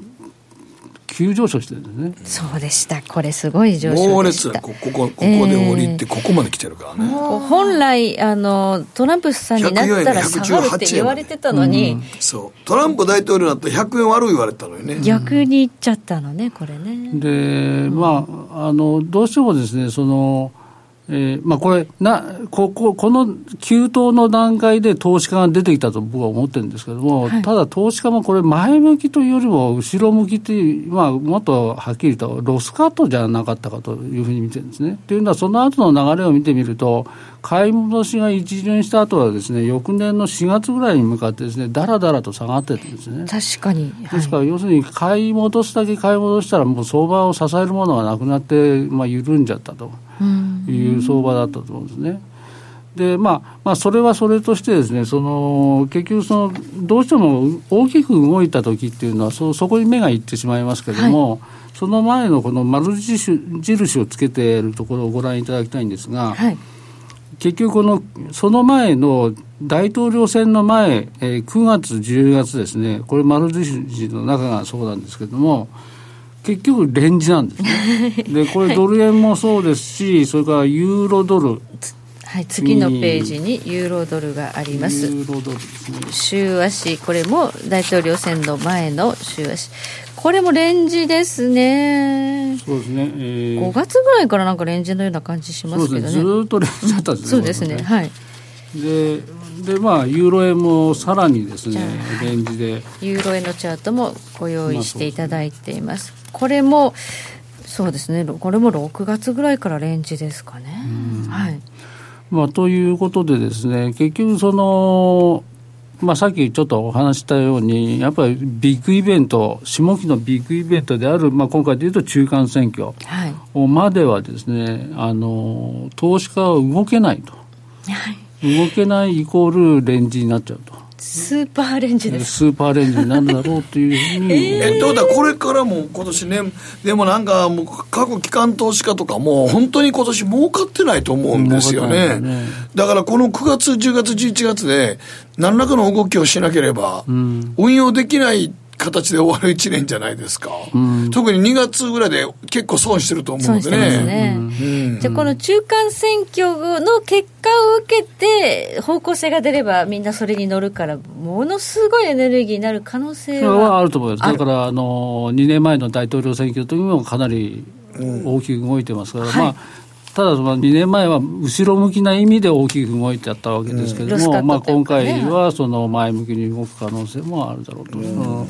[SPEAKER 9] 急上昇してるんですね。
[SPEAKER 3] そうでしたこれすごい上
[SPEAKER 2] 猛
[SPEAKER 3] 昇で
[SPEAKER 2] 烈
[SPEAKER 3] し
[SPEAKER 2] な
[SPEAKER 3] た
[SPEAKER 2] こここここで降りてここまで来てるからね、
[SPEAKER 3] こう本来あのトランプさんになったら下がるって言われてたのに、
[SPEAKER 2] そうトランプ大統領になったら100円悪い言われてたのにね、
[SPEAKER 3] 逆にいっちゃったのねこれね
[SPEAKER 9] で、まあ、あのどうしてもですねその、えーまあ、これなここ、この急騰の段階で投資家が出てきたと僕は思ってるんですけども、ただ投資家もこれ、前向きというよりも後ろ向きという、まあ、もっとはっきりとロスカットじゃなかったかというふうに見てるんですね。というのは、その後の流れを見てみると、買い戻しが一巡した後はですね翌年の4月ぐらいに向かってですねだらだらと下がってるんですね。
[SPEAKER 3] 確かに、はい
[SPEAKER 9] ですから、要するに買い戻すだけ買い戻したら、もう相場を支えるものがなくなって、まあ、緩んじゃったという相場だったと思うんですね。でまあまあ、それはそれとしてですねその結局そのどうしても大きく動いた時っていうのはそそこに目がいってしまいますけども、その前のこの丸印印をつけているところをご覧いただきたいんですが、
[SPEAKER 3] はい
[SPEAKER 9] 結局この、その前の大統領選の前、えー9月、10月ですね、これ、丸印の中がそうなんですけども、結局、レンジなんですね。 で、これ、ドル円もそうですし、それからユーロドル、
[SPEAKER 3] はい、次のページにユーロドルがあり
[SPEAKER 9] ユ
[SPEAKER 3] ます
[SPEAKER 9] ーロドルですね。
[SPEAKER 3] 週足これも大統領選の前の週足これもレンジですね
[SPEAKER 9] そうですね。えー
[SPEAKER 3] 5月ぐらいからなんかレンジのような感じしま
[SPEAKER 9] そう
[SPEAKER 3] すけ
[SPEAKER 9] で
[SPEAKER 3] ど
[SPEAKER 9] すね。ず
[SPEAKER 3] ね
[SPEAKER 9] ーっとレンジだったんですね。
[SPEAKER 3] そうですね
[SPEAKER 9] これ
[SPEAKER 3] はい
[SPEAKER 9] で、で、まあ、ユーロ円もさらにですね
[SPEAKER 3] じゃ、
[SPEAKER 9] レンジで。
[SPEAKER 3] ユーロ円のチャートもご用意していただいていますこれもそうですねこれも6月ぐらいからレンジですかねはい
[SPEAKER 9] まあ、ということでですね結局その、まあ、さっきちょっとお話ししたようにやっぱりビッグイベント下期のビッグイベントである、まあ、今回でいうと中間選挙
[SPEAKER 3] はい
[SPEAKER 9] まではですねあの投資家は動けないと動けないイコールレンジになっちゃうと。
[SPEAKER 3] スーパーレンジです
[SPEAKER 9] スーパーレンジになるだろうというふうに、
[SPEAKER 2] えってことはこれからも今年ねでもなんかもう過去機関投資家とかも本当に今年儲かってないと思うんですよ
[SPEAKER 9] 儲か
[SPEAKER 2] ね
[SPEAKER 9] ってないね
[SPEAKER 2] だからこの9月10月11月で何らかの動きをしなければ運用できない形で終わる1年じゃないですか、特に2月ぐらいで結構損してると思う
[SPEAKER 3] 損
[SPEAKER 2] の
[SPEAKER 3] し
[SPEAKER 2] で
[SPEAKER 3] てます
[SPEAKER 2] ね
[SPEAKER 3] ね、
[SPEAKER 2] うん
[SPEAKER 3] じゃあこの中間選挙の結果を受けて方向性が出ればみんなそれに乗るからものすごいエネルギーになる可能
[SPEAKER 9] そ
[SPEAKER 3] 性
[SPEAKER 9] れはあ
[SPEAKER 3] は
[SPEAKER 9] ると思います、だからあの2年前の大統領選挙の時もかなり大きく動いてますから、まあ、ただ、2年前は後ろ向きな意味で大きく動いてやったわけですけど
[SPEAKER 3] うんロス
[SPEAKER 9] も、
[SPEAKER 3] カット
[SPEAKER 9] まあ、
[SPEAKER 3] という
[SPEAKER 9] 今
[SPEAKER 3] かね
[SPEAKER 9] 回はその前向きに動く可能性もあるだろうと。うん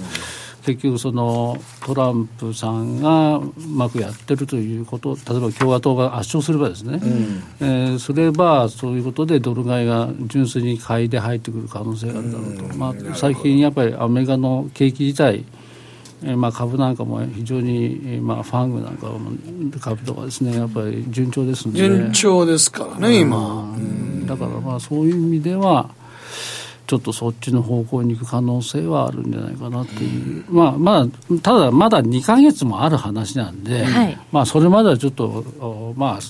[SPEAKER 9] 結局そのトランプさんがうまくやってるということ例えば共和党が圧勝すればですね、えーすればそういうことでドル買いが純粋に買いで入ってくる可能性があるだろうと、まあ、最近やっぱりアメリカの景気自体えーまあ、株なんかも非常に、えーまあ、ファングなんかも株とかですねやっぱり順調ですので
[SPEAKER 2] 順調ですからね今
[SPEAKER 9] うんだからまあそういう意味ではちょっとそっちの方向に行く可能性はあるんじゃないかなっていう、まあまあただまだ2か月もある話なんで、
[SPEAKER 3] はい
[SPEAKER 9] まあそれまではちょっとおま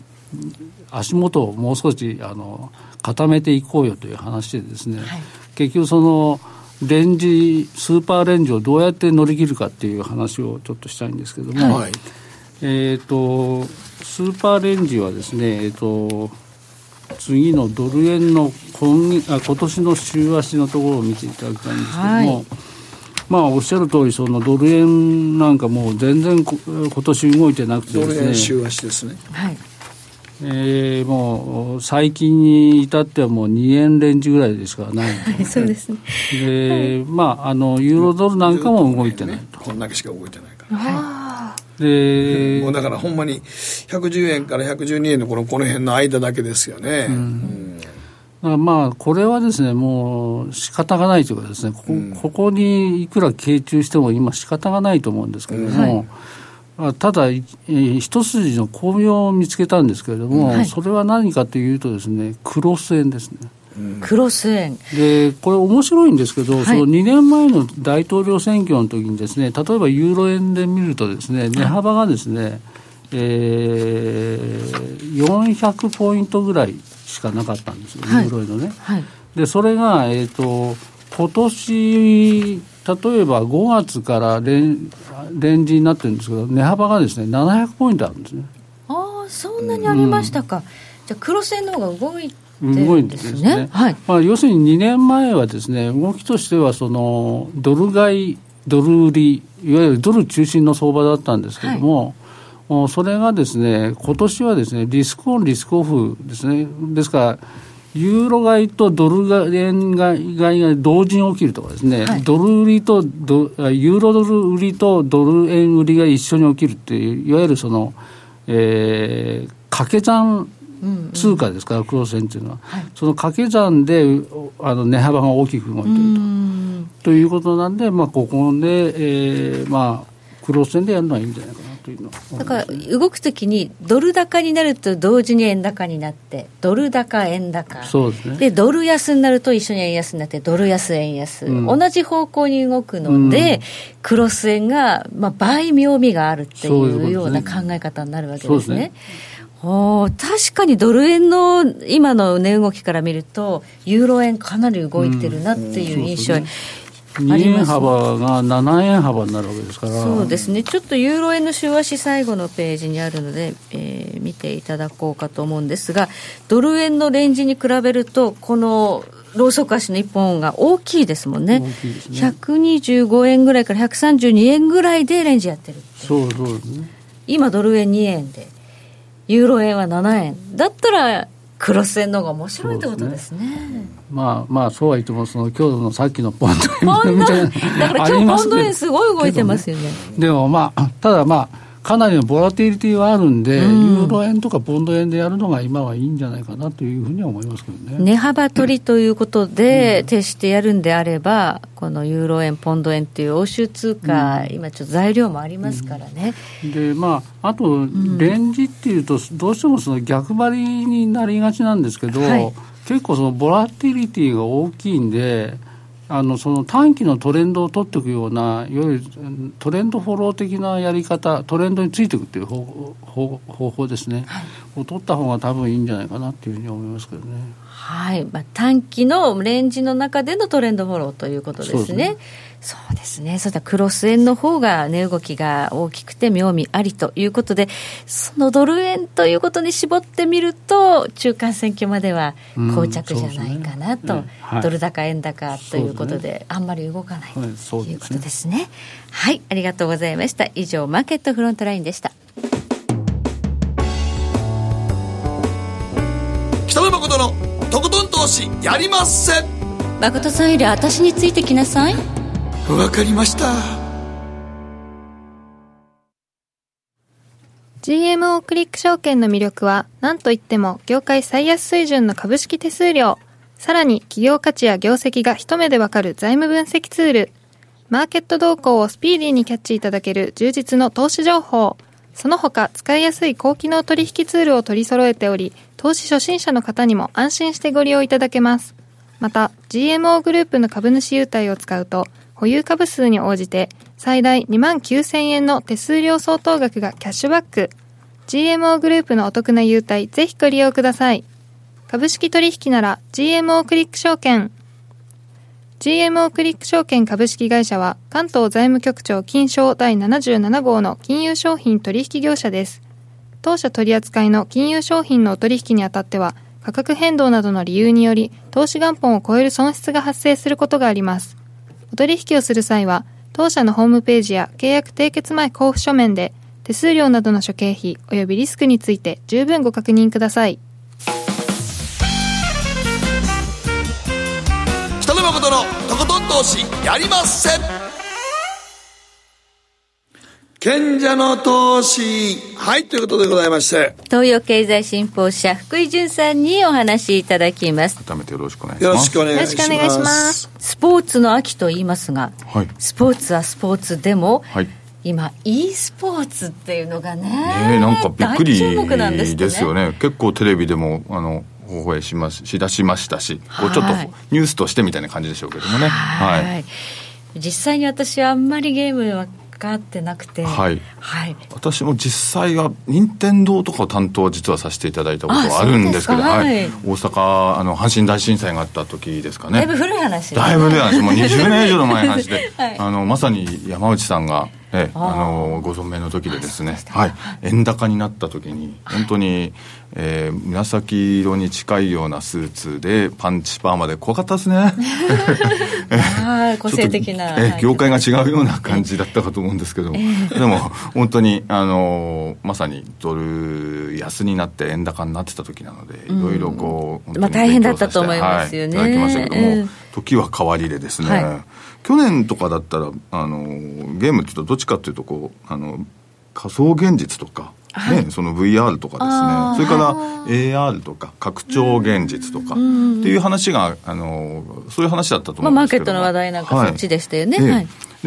[SPEAKER 9] あ足元をもう少しあの固めていこうよという話でですね、結局そのレンジスーパーレンジをどうやって乗り切るかっていう話をちょっとしたいんですけども、
[SPEAKER 2] はい
[SPEAKER 9] えー、とスーパーレンジはですね、えー、と次のドル円の今月あ今年の週足のところを見ていただきたいんですけども、
[SPEAKER 3] はい
[SPEAKER 9] まあ、おっしゃる通りそのドル円なんかもう全然こ今年動いてなくて
[SPEAKER 2] ドル
[SPEAKER 9] で
[SPEAKER 2] 円
[SPEAKER 9] すね、
[SPEAKER 2] 週足ですね
[SPEAKER 3] はい
[SPEAKER 9] えーもう最近に至ってはもう2円レンジぐらいでしかないん で
[SPEAKER 3] そうですね
[SPEAKER 9] で、まあ、あのユーロドルなんかも動いてないと。
[SPEAKER 2] こんだけしか動いてないから
[SPEAKER 9] で
[SPEAKER 2] もうだからほんまに110円から112円のこのこの辺の間だけですよね、うん
[SPEAKER 9] だからまあこれはですねもう仕方がないというかですねここ,、ここにいくら傾注しても今仕方がないと思うんですけれども、あただ、いえー一筋の巧妙を見つけたんですけれども、
[SPEAKER 3] はい
[SPEAKER 9] それは何かというとですねクロス円ですね。
[SPEAKER 3] クロス円
[SPEAKER 9] でこれ面白いんですけど、
[SPEAKER 3] い
[SPEAKER 9] その2年前の大統領選挙の時にですね例えばユーロ円で見るとですね値幅がですね、えー400ポイントぐらいしかなかったんですよ、
[SPEAKER 3] はい
[SPEAKER 9] ユーロ円のね。
[SPEAKER 3] はい
[SPEAKER 9] でそれが、えー、と今年、例えば5月から連連時になってるんですけど、値幅がですね700ポイントあるんですね。
[SPEAKER 3] ああそんなにありましたか、じゃあ黒線の方が動いてる
[SPEAKER 9] 動い
[SPEAKER 3] ん
[SPEAKER 9] て
[SPEAKER 3] で
[SPEAKER 9] るんですす
[SPEAKER 3] ね
[SPEAKER 9] ね
[SPEAKER 3] はい
[SPEAKER 9] まあ、要するに2年前はですね動きとしてはそのドル買い、ドル売り、いわゆるドル中心の相場だったんですけども、おそれがですね今年はですねリスクオン、リスクオフですね、ですから、ユーロ買いとドル買い円買い買いが同時に起きるとかですね、
[SPEAKER 3] はい
[SPEAKER 9] ドル売りとドあユーロドル売りとドル円売りが一緒に起きるっていう、いわゆるその、えー掛け算通貨ですから、黒線というのは、その掛け算でおあの値幅が大きく動いていると。ということなんで、まあ、ここで、えーまあ、黒線でやるのはいいんじゃないかなというのは思
[SPEAKER 3] だ
[SPEAKER 9] い
[SPEAKER 3] から
[SPEAKER 9] ますね
[SPEAKER 3] 動くときにドル高になると同時に円高になってドル高円高
[SPEAKER 9] そうですね
[SPEAKER 3] でドル安になると一緒に円安になってドル安円安、
[SPEAKER 9] うん
[SPEAKER 3] 同じ方向に動くので、クロス円が、まあ、倍妙味があるってい
[SPEAKER 9] そういうこと
[SPEAKER 3] う
[SPEAKER 9] ですね
[SPEAKER 3] ような考え方になるわけです
[SPEAKER 9] そうです
[SPEAKER 3] ね
[SPEAKER 9] ね。
[SPEAKER 3] おー確かにドル円の今の値動きから見るとユーロ円かなり動いてるなっていう印象、
[SPEAKER 9] 2円幅が7円幅になるわけですから、
[SPEAKER 3] そうですね、ちょっとユーロ円の週足最後のページにあるので、えー見ていただこうかと思うんですが、ドル円のレンジに比べると、このローソク足の1本が大きいですもんね
[SPEAKER 9] 大きいですね
[SPEAKER 3] 125円ぐらいから132円ぐらいでレンジやってる、
[SPEAKER 9] そうそうですね、
[SPEAKER 3] 今、ドル円2円で、ユーロ円は7円、だったら、クロス円の方が面白いってことですね。
[SPEAKER 9] まあまあ、そうは言っても、その今日のさっきのポン
[SPEAKER 3] ポ
[SPEAKER 9] ド円
[SPEAKER 3] ン
[SPEAKER 9] み
[SPEAKER 3] ド
[SPEAKER 9] たい
[SPEAKER 3] 円だ
[SPEAKER 9] な、
[SPEAKER 3] から
[SPEAKER 9] あり
[SPEAKER 3] 今
[SPEAKER 9] ま
[SPEAKER 3] 日ポンド
[SPEAKER 9] ね
[SPEAKER 3] 円すごい動いてますよね。
[SPEAKER 9] でもまあ、ただまあ、かなりのボラティリティはあるんで、ユーロ円とかポンド円でやるのが今はいいんじゃないかなというふうには思いますけどね。
[SPEAKER 3] 値幅取りということで、徹してやるんであれば、このユーロ円、ポンド円っていう欧州通貨、今、ちょっと材料もありますからね、
[SPEAKER 9] でまあ、あと、レンジっていうと、どうしてもその逆張りになりがちなんですけど、
[SPEAKER 3] はい
[SPEAKER 9] 結構、そのボラティリティが大きいんで、あのその短期のトレンドを取っていくような、いわゆるうんトレンドフォロー的なやり方、トレンドについていくっていう方方方法ですね、を取った方が多分いいんじゃないかなっていうふうに思いますけどね。
[SPEAKER 3] はいまあ、短期のレンジの中でのトレンドフォローということですね。そ
[SPEAKER 9] そ
[SPEAKER 3] うう
[SPEAKER 9] で
[SPEAKER 3] で
[SPEAKER 9] す
[SPEAKER 3] す
[SPEAKER 9] ね
[SPEAKER 3] ねそしたらクロス円の方が値動きが大きくて妙味ありということでそのドル円ということに絞ってみると中間選挙までは膠着じゃないかなと、
[SPEAKER 9] うんそうですねうんはい
[SPEAKER 3] ドル高円高ということ
[SPEAKER 9] そう
[SPEAKER 3] で
[SPEAKER 9] で
[SPEAKER 3] あんまり動かないと
[SPEAKER 9] はいそうですね
[SPEAKER 3] いうことですね。はい、ありがとうございました。以上、マーケットフロントラインでした。
[SPEAKER 2] 北野誠のとことん投資やりまっせ
[SPEAKER 6] 誠さんより私についてきなさい
[SPEAKER 2] わかりました
[SPEAKER 1] GMO クリック証券の魅力は、なんといっても業界最安水準の株式手数料。さらに企業価値や業績が一目でわかる財務分析ツール。マーケット動向をスピーディーにキャッチいただける充実の投資情報。その他、使いやすい高機能取引ツールを取り揃えており、投資初心者の方にも安心してご利用いただけます。また、GMO グループの株主優待を使うと、保有株数に応じて、最大2万9000円の手数料相当額がキャッシュバック。GMO グループのお得な優待、ぜひご利用ください。株式取引なら GMO クリック証券。GMO クリック証券株式会社は関東財務局長金賞第77号の金融商品取引業者です。当社取扱いの金融商品のお取引にあたっては価格変動などの理由により投資元本を超える損失が発生することがあります。お取引をする際は、当社のホームページや契約締結前交付書面で、手数料などの諸経費及びリスクについて十分ご確認ください。
[SPEAKER 2] 北野誠のとことん投資やりまっせ賢者の投資はいということでございまして
[SPEAKER 3] 東洋経済新報社福井潤さんにお話しいただきます。
[SPEAKER 4] 改めてよろしくお願いし
[SPEAKER 2] よ
[SPEAKER 4] ま
[SPEAKER 2] ろ
[SPEAKER 4] す
[SPEAKER 2] しくお願いします
[SPEAKER 1] よろしくお願いします
[SPEAKER 3] スポーツの秋と言いますが、
[SPEAKER 4] はい
[SPEAKER 3] スポーツはスポーツでも、
[SPEAKER 4] はい
[SPEAKER 3] 今 e スポーツっていうのがね
[SPEAKER 4] ねえなんかびっくり
[SPEAKER 3] 大注目なんです,、ね、
[SPEAKER 4] ですよね結構テレビでもあの放映しますしだしましたし、こうちょっと
[SPEAKER 3] はい
[SPEAKER 4] ニュースとしてみたいな感じでしょうけどもね
[SPEAKER 3] はい、
[SPEAKER 4] はい
[SPEAKER 3] 実際に私はあんまりゲームはかってなくて、
[SPEAKER 4] はい
[SPEAKER 3] はい、
[SPEAKER 4] 私も実際は任天堂とかを担当は実はさせていただいたことは
[SPEAKER 3] あ
[SPEAKER 4] あるんですけ
[SPEAKER 3] そう
[SPEAKER 4] ど
[SPEAKER 3] ですか
[SPEAKER 4] はい
[SPEAKER 3] はい
[SPEAKER 4] 大阪あの阪神大震災があった時ですかね
[SPEAKER 3] だいぶ古い話、
[SPEAKER 4] だいぶね、もう20年以上の前の話で
[SPEAKER 3] はい
[SPEAKER 4] あのまさに山内さんが、ええ
[SPEAKER 3] あー
[SPEAKER 4] あのご存命の時でですね、はい、円高になった時に本当に、えー紫色に近いようなスーツでパンチパーマで怖かったですね
[SPEAKER 3] はい個性的な、
[SPEAKER 4] ちょっとえ
[SPEAKER 3] は
[SPEAKER 4] え
[SPEAKER 3] い
[SPEAKER 4] 業界が違うような感じだったかと思うんですけど、でも本当にあのまさにドル安になって円高になってた時なので、いろいろこう本当に
[SPEAKER 3] まあ大変だったと思いますよね
[SPEAKER 4] はいいただきましたけども、
[SPEAKER 3] うん
[SPEAKER 4] 時は変わりでですね、
[SPEAKER 3] は
[SPEAKER 4] 去年とかだったらあのゲームっていうとどっちかっていうとこうあの仮想現実とか、ね、その VR と
[SPEAKER 3] あ
[SPEAKER 4] か
[SPEAKER 3] ー
[SPEAKER 4] ですねそれから AR とか拡張現実とかっていう話があのそういう話だったと思
[SPEAKER 3] まあ、
[SPEAKER 4] うん
[SPEAKER 3] マ
[SPEAKER 4] で
[SPEAKER 3] ー
[SPEAKER 4] す
[SPEAKER 3] ケ
[SPEAKER 4] け
[SPEAKER 3] ッ
[SPEAKER 4] ど
[SPEAKER 3] トの話題なんか
[SPEAKER 4] はい
[SPEAKER 3] そっちでしたよね、
[SPEAKER 4] ええ
[SPEAKER 3] はい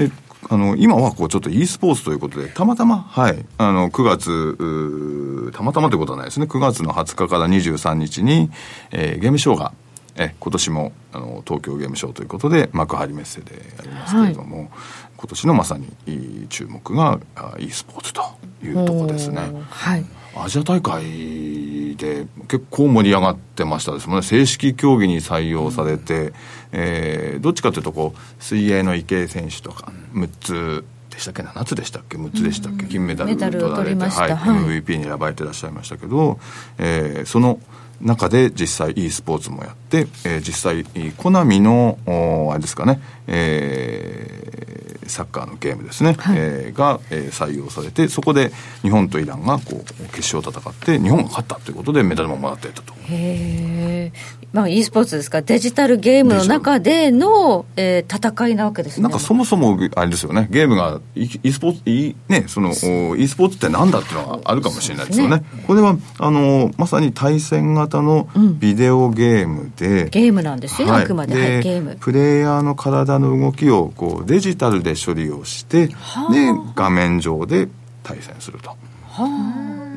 [SPEAKER 4] であの今はこうちょっと e スポーツということでたまたま、はい、あの9月うーたまたまということはないですね9月の20日から23日に、えーゲームショーが、え今年もあの東京ゲームショーということで幕張メッセでありますけれども、今年のまさにいい注目があ e スポーツというところですね。
[SPEAKER 3] はい
[SPEAKER 4] アジア大会で結構盛り上がってましたですもんね正式競技に採用されて、えーどっちかというとこう水泳の池江選手とか6つでしたっけ7つでしたっけ6つでしたっけ、金メダル
[SPEAKER 3] メダルを
[SPEAKER 4] 取られ
[SPEAKER 3] 取
[SPEAKER 4] て
[SPEAKER 3] りました
[SPEAKER 4] はい
[SPEAKER 3] はい
[SPEAKER 4] MVP に選ばれてらっしゃいましたけど、えーその中で実際 e スポーツもやって、えー実際コナミのおーあれですかね、えーサッカーのゲームですね、えーが、えー採用されてそこで日本とイランがこう決勝を戦って日本が勝ったということでメダルももらっていたと。
[SPEAKER 3] へえ、まあ、e スポーツですからデジタルゲームの中での、えー戦いなわけですね
[SPEAKER 4] なんかそもそもあれですよねゲームが e, e スポーツ e, ねそのお e スポーツってなんだっていうのがあるかもしれないですよねこれはあのまさに対戦型のビデオゲームで、
[SPEAKER 3] ゲームなんですよ、
[SPEAKER 4] はい
[SPEAKER 3] あくまで
[SPEAKER 4] で
[SPEAKER 3] はい、ゲーム
[SPEAKER 4] プレイヤーの体の動きをこうデジタルで処理をしてで画面上で対戦すると。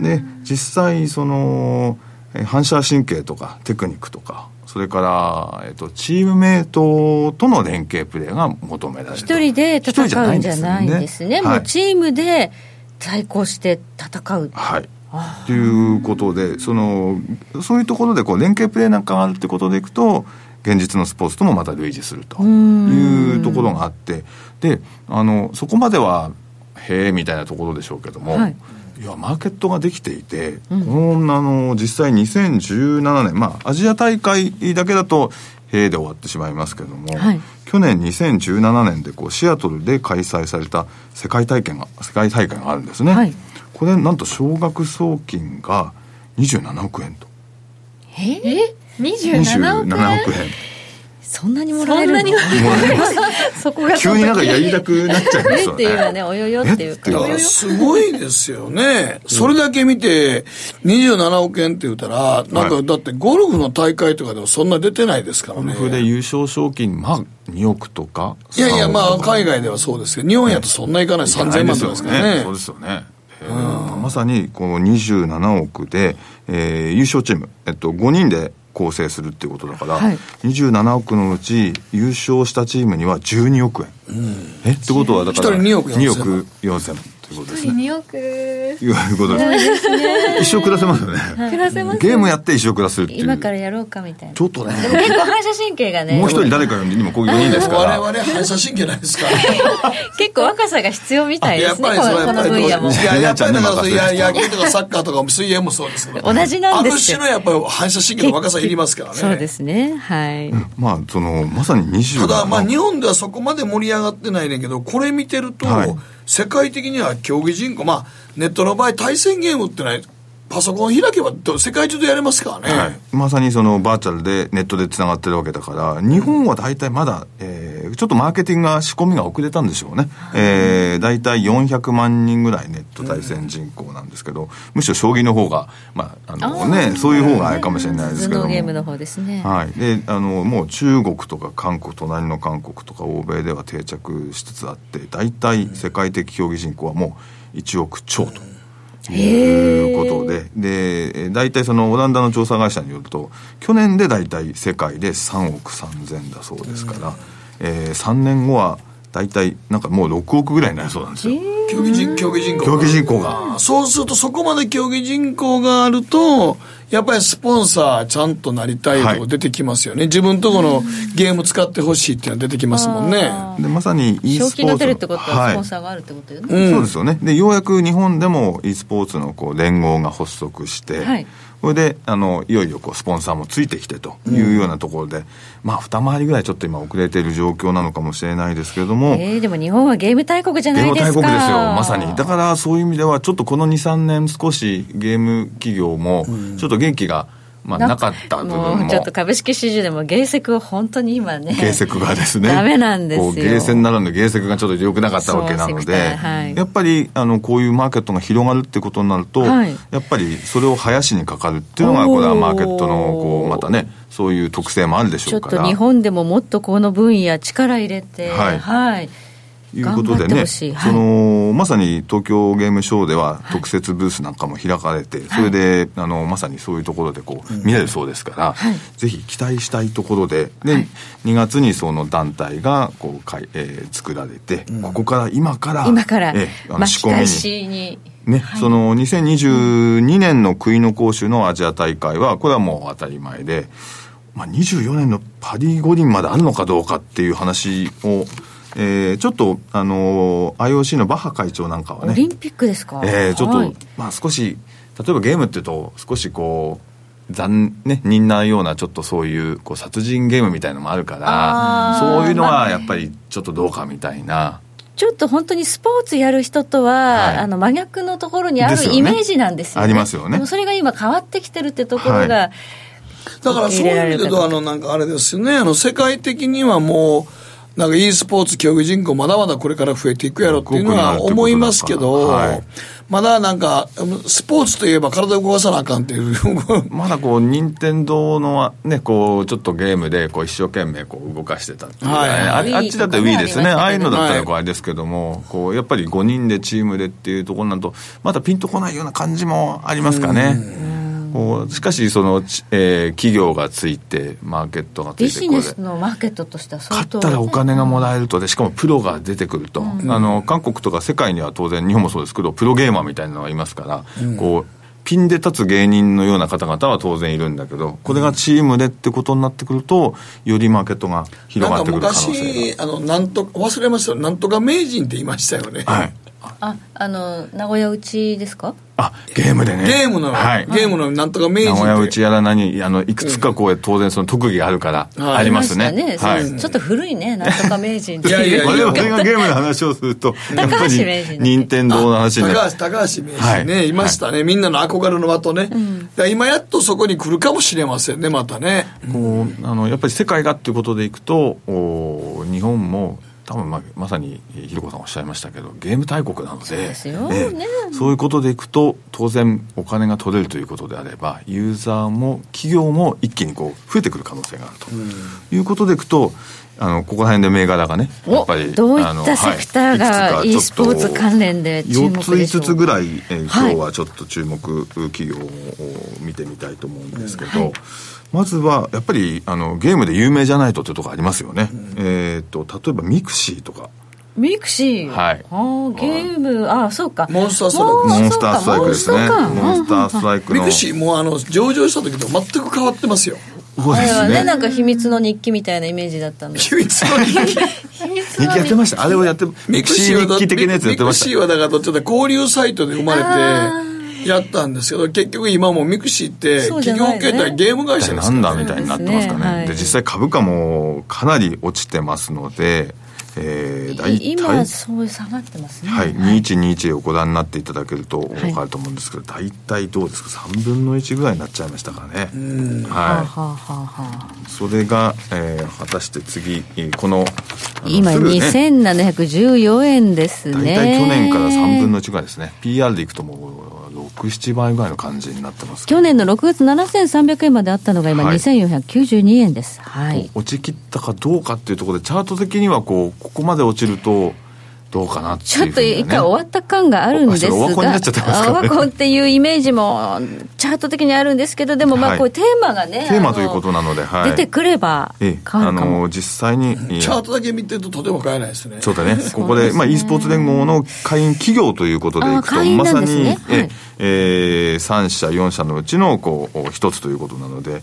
[SPEAKER 4] で実際そのえー反射神経とかテクニックとかそれから、えっと、チームメイトとの連携プレーが求められる
[SPEAKER 3] 一人で戦うんじゃないんですねも
[SPEAKER 4] は
[SPEAKER 3] う
[SPEAKER 4] い
[SPEAKER 3] チームで対抗して戦う、
[SPEAKER 4] はい。ということでそのそういうところでこう連携プレーなんかがあるってことでいくと現実のスポーツともまた類似するというところがあってであのそこまではへえみたいなところでしょうけども、
[SPEAKER 3] はい
[SPEAKER 4] い、やマーケットができていて、このあの実際2017年まあアジア大会だけだとへえで終わってしまいますけども、
[SPEAKER 3] はい
[SPEAKER 4] 去年2017年でこうシアトルで開催された世界体験が世界大会があるんですね、
[SPEAKER 3] はい
[SPEAKER 4] これなんと奨学総金が27億円と
[SPEAKER 1] え
[SPEAKER 4] 27
[SPEAKER 1] 27億円
[SPEAKER 4] 億円
[SPEAKER 3] そんなにもらえるの
[SPEAKER 1] そんなにも
[SPEAKER 3] そこが
[SPEAKER 4] 急になんかやりたくなっちゃいます
[SPEAKER 3] えっ
[SPEAKER 4] よ
[SPEAKER 3] ていうのは
[SPEAKER 4] ね
[SPEAKER 3] ねおよよっていうか
[SPEAKER 4] えって
[SPEAKER 2] だ
[SPEAKER 4] いう
[SPEAKER 2] からすごいですよね。それだけ見て、27億円って言ったら、なん
[SPEAKER 4] は
[SPEAKER 2] か
[SPEAKER 4] い
[SPEAKER 2] だってゴルフの大会とかでもそんな出てないですから
[SPEAKER 4] ゴル
[SPEAKER 2] ね。
[SPEAKER 4] フで優勝賞金まあ2億とか
[SPEAKER 2] いやいや、
[SPEAKER 4] 3億とか
[SPEAKER 2] まあ海外ではそうですけど、日本やとそんないかない3000万とかですからね
[SPEAKER 4] そう。ですよね。えーまさにこの27億で、えー優勝チーム、えっと、5人で構成するっていうことだから、
[SPEAKER 3] はい
[SPEAKER 4] 27億のうち優勝したチームには12億円、えってことはだから
[SPEAKER 2] 一人2億4000
[SPEAKER 4] ,2 億4千ということですね
[SPEAKER 1] 2億
[SPEAKER 4] いうことです一生暮らせますよねゲームやって一生暮らせるっていう
[SPEAKER 3] 今からやろうかみたいな
[SPEAKER 4] ちょっとね
[SPEAKER 3] 結構反射神経がね
[SPEAKER 4] もう一人誰か呼んで今こういう4人ですから
[SPEAKER 2] 我々反射神経ないですから。
[SPEAKER 3] 結構若さが必要みたいで
[SPEAKER 2] やっ
[SPEAKER 3] すね
[SPEAKER 2] ぱ
[SPEAKER 3] こ
[SPEAKER 2] りそれはや
[SPEAKER 3] のこ
[SPEAKER 2] っぱ
[SPEAKER 3] の
[SPEAKER 2] り
[SPEAKER 3] 分野も
[SPEAKER 2] いややっぱりだからそれい
[SPEAKER 4] ね
[SPEAKER 2] や野球とかサッカーとかも水泳もそうですけど。
[SPEAKER 3] 同じなんですよ
[SPEAKER 2] ある種のやっぱり反射神経の若さいりますからね。
[SPEAKER 3] そうですねはい
[SPEAKER 4] まあそのまさに27
[SPEAKER 2] た
[SPEAKER 4] 億
[SPEAKER 2] だ、まあ、日本ではそこまで盛り上がってないねんけど、これ見てると、
[SPEAKER 4] はい
[SPEAKER 2] 世界的には競技人口、まあ、ネットの場合、対戦ゲームってない、パソコン開けばど世界中でやれますからね。
[SPEAKER 4] はい、まさにそのバーチャルでネットでつながってるわけだから日本は大体まだ、えーちょっとマーケティングが仕込みが遅れたんでしょうね、えー、大体400万人ぐらいネット対戦人口なんですけど、むしろ将棋の方が、まああのね、そういう方があれかもしれないですけど
[SPEAKER 3] 頭
[SPEAKER 4] も
[SPEAKER 3] 脳ゲームの方ですね
[SPEAKER 4] はい、であのもう中国とか韓国隣の韓国とか欧米では定着しつつあって大体世界的競技人口はもう1億超と。いうことででえー大体そのオランダの調査会社によると去年で大体世界で3億3000だそうですから、えー3年後は大体なんかもう6億ぐらいになりそうなんですよ、
[SPEAKER 2] 競技人競技人口
[SPEAKER 4] 競技人口が。
[SPEAKER 2] そうするとそこまで競技人口があるとやっぱりスポンサーちゃんとなりたいと
[SPEAKER 4] は
[SPEAKER 2] こ
[SPEAKER 4] い
[SPEAKER 2] 出てきますよね、自分とこのゲーム使ってほしいっていうのは出てきますもんね
[SPEAKER 4] でまさに e
[SPEAKER 3] 賞
[SPEAKER 4] スポーツ
[SPEAKER 3] 金が出るってことは
[SPEAKER 4] は
[SPEAKER 3] ス
[SPEAKER 4] い
[SPEAKER 3] ポンサーがあるってことよね、
[SPEAKER 2] うん
[SPEAKER 4] そうですよねでようやく日本でも e スポーツのこう連合が発足して、
[SPEAKER 3] はい
[SPEAKER 4] それであのいよいよこうスポンサーもついてきてというようなところで、まあ二回りぐらいちょっと今遅れている状況なのかもしれないですけれども、
[SPEAKER 3] えー、でも日本はゲーム大国じゃな
[SPEAKER 4] ゲー
[SPEAKER 3] い
[SPEAKER 4] ム
[SPEAKER 3] ですか
[SPEAKER 4] 大国ですよ、まさに。だからそういう意味では、ちょっとこの2、3年、少しゲーム企業も、ちょっと元気が、まあ、なかった部分も、
[SPEAKER 3] もうちょっと株式市場でもゲーセクを本当に今ね
[SPEAKER 4] ゲーセクがですね
[SPEAKER 3] ダメなんですよ
[SPEAKER 4] こうゲーセンならぬゲーセクがちょっと良くなかったわけなの
[SPEAKER 3] そうセ
[SPEAKER 4] で、
[SPEAKER 3] クターはい
[SPEAKER 4] やっぱりあのこういうマーケットが広がるってことになると、
[SPEAKER 3] はい
[SPEAKER 4] やっぱりそれを林にかかるっていうのが
[SPEAKER 3] おー
[SPEAKER 4] これはマーケットのこうまたねそういう特性もあるでし
[SPEAKER 3] ち
[SPEAKER 4] ょ
[SPEAKER 3] ょ
[SPEAKER 4] う
[SPEAKER 3] っ
[SPEAKER 4] から
[SPEAKER 3] と日本でももっとこの分野力入れて
[SPEAKER 4] はい
[SPEAKER 3] はい、
[SPEAKER 4] いうこと
[SPEAKER 3] 頑
[SPEAKER 4] で
[SPEAKER 3] 張って
[SPEAKER 4] ね、
[SPEAKER 3] ほしいはい
[SPEAKER 4] そのまさに東京ゲームショウでは特設ブースなんかも開かれて、それであのまさにそういうところでこう、見れるそうですから、ぜひ期待したいところでで、2月にその団体がこうかい、えー作られて、ここから今から
[SPEAKER 3] 今から
[SPEAKER 4] えーあの
[SPEAKER 3] 巻
[SPEAKER 4] 仕
[SPEAKER 3] き
[SPEAKER 4] 込み
[SPEAKER 3] 返
[SPEAKER 4] に
[SPEAKER 3] しに
[SPEAKER 4] ね、その2022年の国の講習のアジア大会は、これはもう当たり前で、まあ、24年のパリ五輪まであるのかどうかっていう話を、えーちょっと、あのー IOC のバッハ会長なんかは
[SPEAKER 3] オリ
[SPEAKER 4] ね、
[SPEAKER 3] ンピックですか、
[SPEAKER 4] えーちょっと、
[SPEAKER 3] はい
[SPEAKER 4] まあ少し、例えばゲームっていうと、少しこう、残ね、忍ないようなちょっとそういうこう殺人ゲームみたいのもあるから
[SPEAKER 3] あー
[SPEAKER 4] そういうのはやっぱりちょっとどうかみたいな
[SPEAKER 3] ちょっと本当にスポーツやる人とは、
[SPEAKER 4] はい
[SPEAKER 3] あの真逆のところにあ
[SPEAKER 4] です
[SPEAKER 3] る
[SPEAKER 4] よね
[SPEAKER 3] イメージなんですよね。
[SPEAKER 4] ありますよね
[SPEAKER 3] でもそれが今変わってきてるってところが、
[SPEAKER 4] は
[SPEAKER 2] だからそういう意味で言うとあのなんかあれですよねあの世界的にはもうなんか e スポーツ競技人口まだまだこれから増えていくやろっていうのは思いますけど、
[SPEAKER 4] はい
[SPEAKER 2] まだなんかスポーツといえば体を動かさなあかんっていう
[SPEAKER 4] まだこう任天堂のねこうちょっとゲームでこう一生懸命こう動かしてたっていうね、
[SPEAKER 2] はい
[SPEAKER 4] あ
[SPEAKER 3] はい
[SPEAKER 4] あっちだって
[SPEAKER 3] Wii
[SPEAKER 4] Wii です
[SPEAKER 3] とかねありましたけど
[SPEAKER 4] ね
[SPEAKER 3] ね
[SPEAKER 4] ああいうのだったらこうあれですけども、こうやっぱり5人でチームでっていうところになるとまたピンとこないような感じもありますかね。こうしかしその、ちえー企業がついてマーケットがつ
[SPEAKER 3] ビ
[SPEAKER 4] いて
[SPEAKER 3] ジ
[SPEAKER 4] こ
[SPEAKER 3] ネ
[SPEAKER 4] れ
[SPEAKER 3] スのマーケットとしては相
[SPEAKER 4] 買っ
[SPEAKER 3] 当
[SPEAKER 4] たらお金がもらえるとでしかもプロが出てくると、あの韓国とか世界には当然日本もそうですけどプロゲーマーみたいなのがいますから、こうピンで立つ芸人のような方々は当然いるんだけどこれがチームでってことになってくるとよりマーケットが広
[SPEAKER 2] な
[SPEAKER 4] が
[SPEAKER 2] ん
[SPEAKER 4] って
[SPEAKER 2] か
[SPEAKER 4] くる可能性
[SPEAKER 2] 昔あのなんと忘れましたよなんとか名人って言いましたよね、
[SPEAKER 4] がはい
[SPEAKER 3] ああの名古屋うちですか
[SPEAKER 4] あゲームでね
[SPEAKER 2] ゲームの、
[SPEAKER 4] はい、
[SPEAKER 2] ゲームのなんとか名人っ
[SPEAKER 4] 名
[SPEAKER 2] て
[SPEAKER 4] 古屋うちやら何あのいくつかこう当然その特技があるから、
[SPEAKER 2] はい
[SPEAKER 4] ありますね
[SPEAKER 3] ありました
[SPEAKER 4] はい
[SPEAKER 3] そうちょっと古いねなんとか名人って
[SPEAKER 2] いやいや
[SPEAKER 4] まあでもそれがゲームの話をするとやっぱ
[SPEAKER 3] 高橋
[SPEAKER 4] り
[SPEAKER 3] 名人
[SPEAKER 4] 任天堂の話にな
[SPEAKER 2] 高
[SPEAKER 4] る
[SPEAKER 2] 橋高橋名人ね、
[SPEAKER 4] はい
[SPEAKER 2] い、ましたね、みんなの憧れの的ね、だから今やっとそこに来るかもしれませんねまたね
[SPEAKER 4] こうあのやっぱり世界がっていうことでいくとお日本も多分ままさにえーひろこさんおっしゃいましたけどゲーム大国なのでそう
[SPEAKER 3] ですよね
[SPEAKER 4] そういうことでいくと当然お金が取れるということであればユーザーも企業も一気にこう増えてくる可能性があると、いうことでいくとあのここら辺で銘柄がね
[SPEAKER 3] お
[SPEAKER 4] やっぱり
[SPEAKER 3] どういっ
[SPEAKER 4] あの
[SPEAKER 3] たセクターが
[SPEAKER 4] はいいくつかちょっと
[SPEAKER 3] e スポーツ関連で注目でしょう
[SPEAKER 4] 4つ5つぐらい、えー
[SPEAKER 3] はい
[SPEAKER 4] 今日はちょっと注目企業を見てみたいと思うんですけど、まずはやっぱりあのゲームで有名じゃないとというところありますよね、えっと例えばミクシーとか
[SPEAKER 3] ミクシー、
[SPEAKER 4] はい
[SPEAKER 3] あーゲームあーそうか
[SPEAKER 2] モンスターストライク
[SPEAKER 3] もう
[SPEAKER 4] モンスターストライクですね
[SPEAKER 3] そうか
[SPEAKER 4] モンスターストライク
[SPEAKER 2] ミ
[SPEAKER 4] の
[SPEAKER 2] クシーもうあの上場した時と全く変わってますよ
[SPEAKER 4] そう
[SPEAKER 3] あ
[SPEAKER 4] で
[SPEAKER 3] れは
[SPEAKER 4] す
[SPEAKER 3] ね
[SPEAKER 4] ね
[SPEAKER 3] なんか秘密の日記みたいなイメージだったんで
[SPEAKER 2] 秘密の 人気
[SPEAKER 4] 日記やってましたあれをやってミクシー日記的なやつやってま
[SPEAKER 2] ミクシ
[SPEAKER 4] し
[SPEAKER 2] ーはだからどっちかというと交流サイトで生まれてやったんですけど結局今もうミクシーって
[SPEAKER 3] そうじゃ
[SPEAKER 2] 企業
[SPEAKER 3] ないね
[SPEAKER 2] 形態ゲーム会社
[SPEAKER 4] た
[SPEAKER 2] で
[SPEAKER 4] な
[SPEAKER 2] す
[SPEAKER 4] ん
[SPEAKER 2] か
[SPEAKER 4] だみたいになってま
[SPEAKER 3] そうです
[SPEAKER 4] すか
[SPEAKER 3] ねは
[SPEAKER 4] ね
[SPEAKER 3] い
[SPEAKER 4] で実際株価もかなり落ちてますので、え
[SPEAKER 3] す
[SPEAKER 4] ー、大体
[SPEAKER 3] 今そういう下がってますね、
[SPEAKER 4] はい、2121をご覧になっていただけると分かると思うんですけど、大体どうですか3分の1ぐらいになっちゃいましたかね、
[SPEAKER 3] はあはあは
[SPEAKER 4] は
[SPEAKER 3] あはあ
[SPEAKER 4] い、それが、えー果たして次えーこのあの
[SPEAKER 3] 今
[SPEAKER 4] すぐね
[SPEAKER 3] 2714円です
[SPEAKER 4] 大
[SPEAKER 3] ね
[SPEAKER 4] 体去年から3分の1ぐらいですね PR でいくともう67倍ぐらいの感じになってますけど
[SPEAKER 3] 去年の6月7300円まであったのが今
[SPEAKER 4] はい
[SPEAKER 3] 2492円ですはい、
[SPEAKER 4] 落ちきったかどうかっていうところでチャート的にはこうここまで落ちるとどうかなって
[SPEAKER 3] ちょ
[SPEAKER 4] い
[SPEAKER 3] っ
[SPEAKER 4] うふ
[SPEAKER 3] と
[SPEAKER 4] うにね
[SPEAKER 3] 一回終わった感があるんですが、
[SPEAKER 4] あそれオワコンになっちゃってますか
[SPEAKER 3] オ
[SPEAKER 4] ら
[SPEAKER 3] ワ
[SPEAKER 4] ね
[SPEAKER 3] コンっていうイメージもチャート的にあるんですけど、でもま
[SPEAKER 4] は
[SPEAKER 3] あ
[SPEAKER 4] い
[SPEAKER 3] こういうテーマがね、
[SPEAKER 4] テー
[SPEAKER 3] あ
[SPEAKER 4] マ
[SPEAKER 3] の
[SPEAKER 4] ということなので、はい、
[SPEAKER 3] 出てくれば
[SPEAKER 4] え
[SPEAKER 3] 変
[SPEAKER 4] え
[SPEAKER 3] わ
[SPEAKER 4] あ
[SPEAKER 3] るかも。
[SPEAKER 4] の実際にええ
[SPEAKER 2] チャートだけ見てるととても買えないですね
[SPEAKER 4] そうだね。ここ
[SPEAKER 3] そうで、
[SPEAKER 4] です
[SPEAKER 3] ね
[SPEAKER 4] まあ、e スポーツ連合の会員企業ということでいく
[SPEAKER 3] あ
[SPEAKER 4] と、
[SPEAKER 3] 会員
[SPEAKER 4] ま
[SPEAKER 3] な
[SPEAKER 4] さ
[SPEAKER 3] んです
[SPEAKER 4] に、
[SPEAKER 3] ねはい
[SPEAKER 4] ええー、3社、4社のうちの、こう、一つということなので、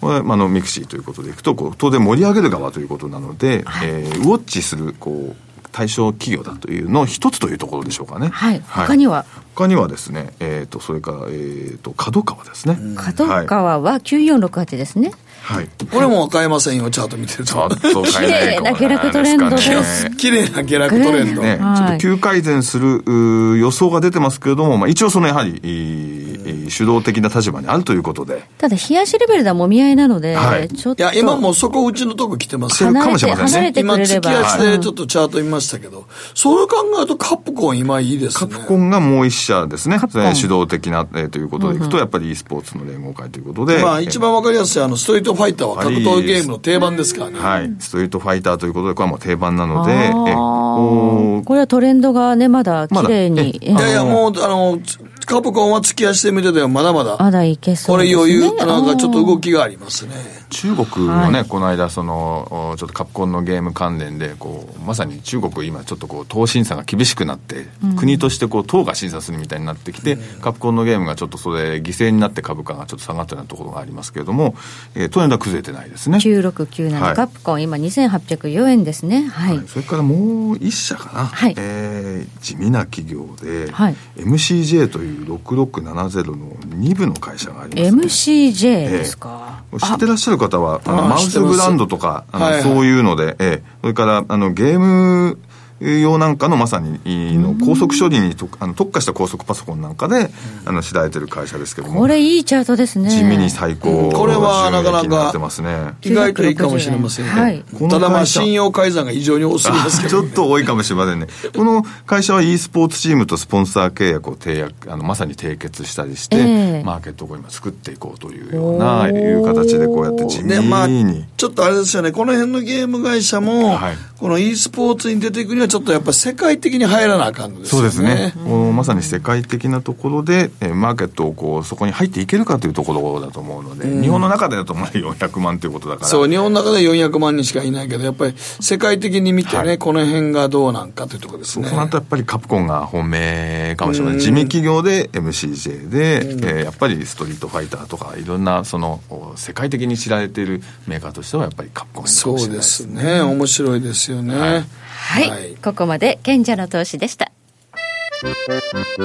[SPEAKER 4] これ、まあ、あの、ミクシーということでいくと、こう、当然盛り上げる側ということなので、えーウォッチする、こう、対象企業だというのを一つというところでしょうかね。
[SPEAKER 3] はい他には
[SPEAKER 4] 他にはですね、えっ、と、それから、えっ、と、角川ですね。
[SPEAKER 3] 角
[SPEAKER 4] はい。
[SPEAKER 3] 川は9468ですね。
[SPEAKER 4] はい。
[SPEAKER 2] これも買えませんよチャート見てる
[SPEAKER 4] ちょ
[SPEAKER 2] と
[SPEAKER 4] っと変えないか も
[SPEAKER 3] 綺麗な下落トレンドです
[SPEAKER 4] ね
[SPEAKER 2] 綺麗な下落トレンド、
[SPEAKER 4] ね、
[SPEAKER 3] はい
[SPEAKER 4] ちょっと急改善するうー予想が出てますけれども、まあ、一応そのやはり、えーえー主導的な立場にあるということで、
[SPEAKER 3] ただ、冷やしレベルではもみ合いなので、
[SPEAKER 4] はい
[SPEAKER 3] ちょっ
[SPEAKER 2] い
[SPEAKER 3] と。
[SPEAKER 2] や今もうそこうちのとこ来てますよ
[SPEAKER 4] る
[SPEAKER 3] 離
[SPEAKER 4] か
[SPEAKER 3] れ、
[SPEAKER 4] もしてれません
[SPEAKER 3] 離
[SPEAKER 4] ね
[SPEAKER 3] れて
[SPEAKER 2] 今
[SPEAKER 3] くれれ
[SPEAKER 2] 月
[SPEAKER 3] ば。
[SPEAKER 2] 足でちょっとチャート見ましたけど、それ考えるとカプコン今いいですね
[SPEAKER 4] カプコンがもう一社ですね、
[SPEAKER 3] カプコン
[SPEAKER 4] えー主導的な、えーということでいくと、やっぱり e スポーツの連合会ということで、
[SPEAKER 2] まあ一番わかりやすいあのストリートファイターは格闘ゲームの定番ですから
[SPEAKER 4] え
[SPEAKER 2] ね、
[SPEAKER 4] ーはい、ストリートファイターということで、これはもう定番なので、え
[SPEAKER 3] あー
[SPEAKER 4] ーおー
[SPEAKER 3] これはトレンドがね、まだ綺
[SPEAKER 4] まだ
[SPEAKER 3] 麗に。え
[SPEAKER 2] いやいやもうあのカプコンは突き足で見ててもまだまだ
[SPEAKER 3] まだいけそ
[SPEAKER 2] こ
[SPEAKER 3] うです、
[SPEAKER 2] れ
[SPEAKER 3] ね。
[SPEAKER 2] 余裕なんかちょっと動
[SPEAKER 3] き。
[SPEAKER 2] きがありますね
[SPEAKER 4] 中国もね、この間その、おちょっとカプコンのゲーム関連でこう、まさに中国、今、ちょっとこう、党審査が厳しくなって、国としてこう党が審査するみたいになってきて、カプコンのゲームがちょっとそれ、犠牲になって株価がちょっと下がったようなところがありますけれども、えー、トレンドは崩れてないですね。
[SPEAKER 3] 9697、
[SPEAKER 4] はい
[SPEAKER 3] カプコン、今2804円ですね。はい。
[SPEAKER 4] はいそれからもう一社かな、
[SPEAKER 3] はい
[SPEAKER 4] えー地味な企業で、
[SPEAKER 3] はい
[SPEAKER 4] MCJ という6670の2部の会社があります、ね、
[SPEAKER 3] MCJ ですか。
[SPEAKER 4] 知ってらっしゃる方はあの
[SPEAKER 2] あー
[SPEAKER 4] マウスブランドとかあの、
[SPEAKER 2] はいはい
[SPEAKER 4] そういうので、ええそれからあのゲーム用なんかのまさにいいの高速処理にとあの特化した高速パソコンなんかであの知られてる会社ですけども
[SPEAKER 3] これいいチャートですね。
[SPEAKER 4] 地味に最高
[SPEAKER 2] うんこれはなかなか
[SPEAKER 4] 収益になってますね
[SPEAKER 2] 意外といいかもしれませんね、
[SPEAKER 3] はい
[SPEAKER 2] ただまあ信用改ざんが異常に多すぎますけ
[SPEAKER 4] ち
[SPEAKER 2] ど、
[SPEAKER 4] ょっと多いかもしれませんね。この会社は e スポーツチームとスポンサー契約を締約あのまさに締結したりして、
[SPEAKER 3] ええ
[SPEAKER 4] マーケットを今作っていこうというようないう形でこうやって地味
[SPEAKER 2] ねまあ
[SPEAKER 4] に、、
[SPEAKER 2] ちょっとあれですよね、この辺のゲーム会社も、
[SPEAKER 4] はい
[SPEAKER 2] この e スポーツに出ていくには、ちょっとやっぱり世界的に入らなあかんのです
[SPEAKER 4] そ
[SPEAKER 2] よ
[SPEAKER 4] う
[SPEAKER 2] ね。
[SPEAKER 4] ですね、こうまさに世界的なところで、えーマーケットをこうそこに入っていけるかというところだと思うので、日本の中でだとまあ400万ということだから
[SPEAKER 2] そう、日本の中で400万人しかいないけど、やっぱり世界的に見てね、
[SPEAKER 4] はい
[SPEAKER 2] この辺がどうなんかというところです
[SPEAKER 4] そう
[SPEAKER 2] ね。
[SPEAKER 4] なるとやっぱりカプコンが本命かもしれない地味企業で MCJ で、えーやっぱりストリートファイターとかいろんなそのお世界的に知られているメーカーとしてはやっぱりカプコンになるか
[SPEAKER 2] そ
[SPEAKER 4] もし
[SPEAKER 2] う
[SPEAKER 4] れないで
[SPEAKER 2] ですす
[SPEAKER 4] ね
[SPEAKER 2] ね。面白いですよね。はい。
[SPEAKER 3] はい、ここまで賢者の投資でした。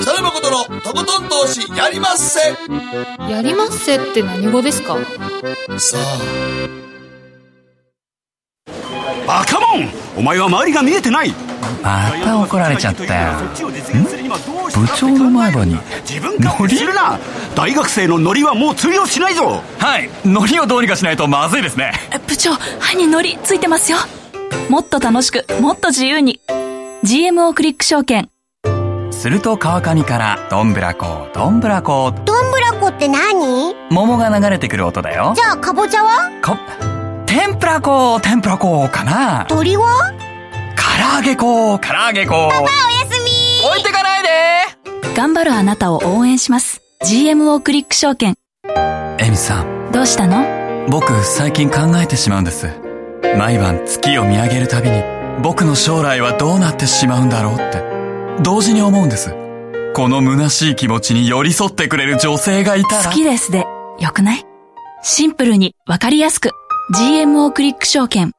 [SPEAKER 2] さらばことのとことん投資やりまっせ
[SPEAKER 1] やりまっせって何語ですか
[SPEAKER 2] さあ、
[SPEAKER 7] バカモンお前は周りが見えてない
[SPEAKER 5] また怒られちゃったよ部長の前歯に
[SPEAKER 7] 自分勝手するな大学生のノリはもう通用しないぞ
[SPEAKER 5] はい海苔をどうにかしないとまずいですね
[SPEAKER 6] え部長歯にノリついてますよもっと楽しくもっと自由に GMO クリック証券
[SPEAKER 5] すると川上からどんぶらこどんぶらこ
[SPEAKER 8] どんぶらこって何
[SPEAKER 5] 桃が流れてくる音だよ
[SPEAKER 8] じゃあかぼちゃは
[SPEAKER 5] こ天ぷらこ天ぷらこかな唐
[SPEAKER 8] 鳥は
[SPEAKER 5] 揚げこ唐揚げこ
[SPEAKER 8] おやすみ
[SPEAKER 5] 置いてかないで
[SPEAKER 6] 頑張るあなたを応援します GMO クリック証券
[SPEAKER 5] エミさん
[SPEAKER 6] どうしたの
[SPEAKER 5] 僕最近考えてしまうんです毎晩月を見上げるたびに僕の将来はどうなってしまうんだろうって同時に思うんですこの虚しい気持ちに寄り添ってくれる女性がいたら
[SPEAKER 6] 好きですでよくないシンプルにわかりやすく GMO クリック証券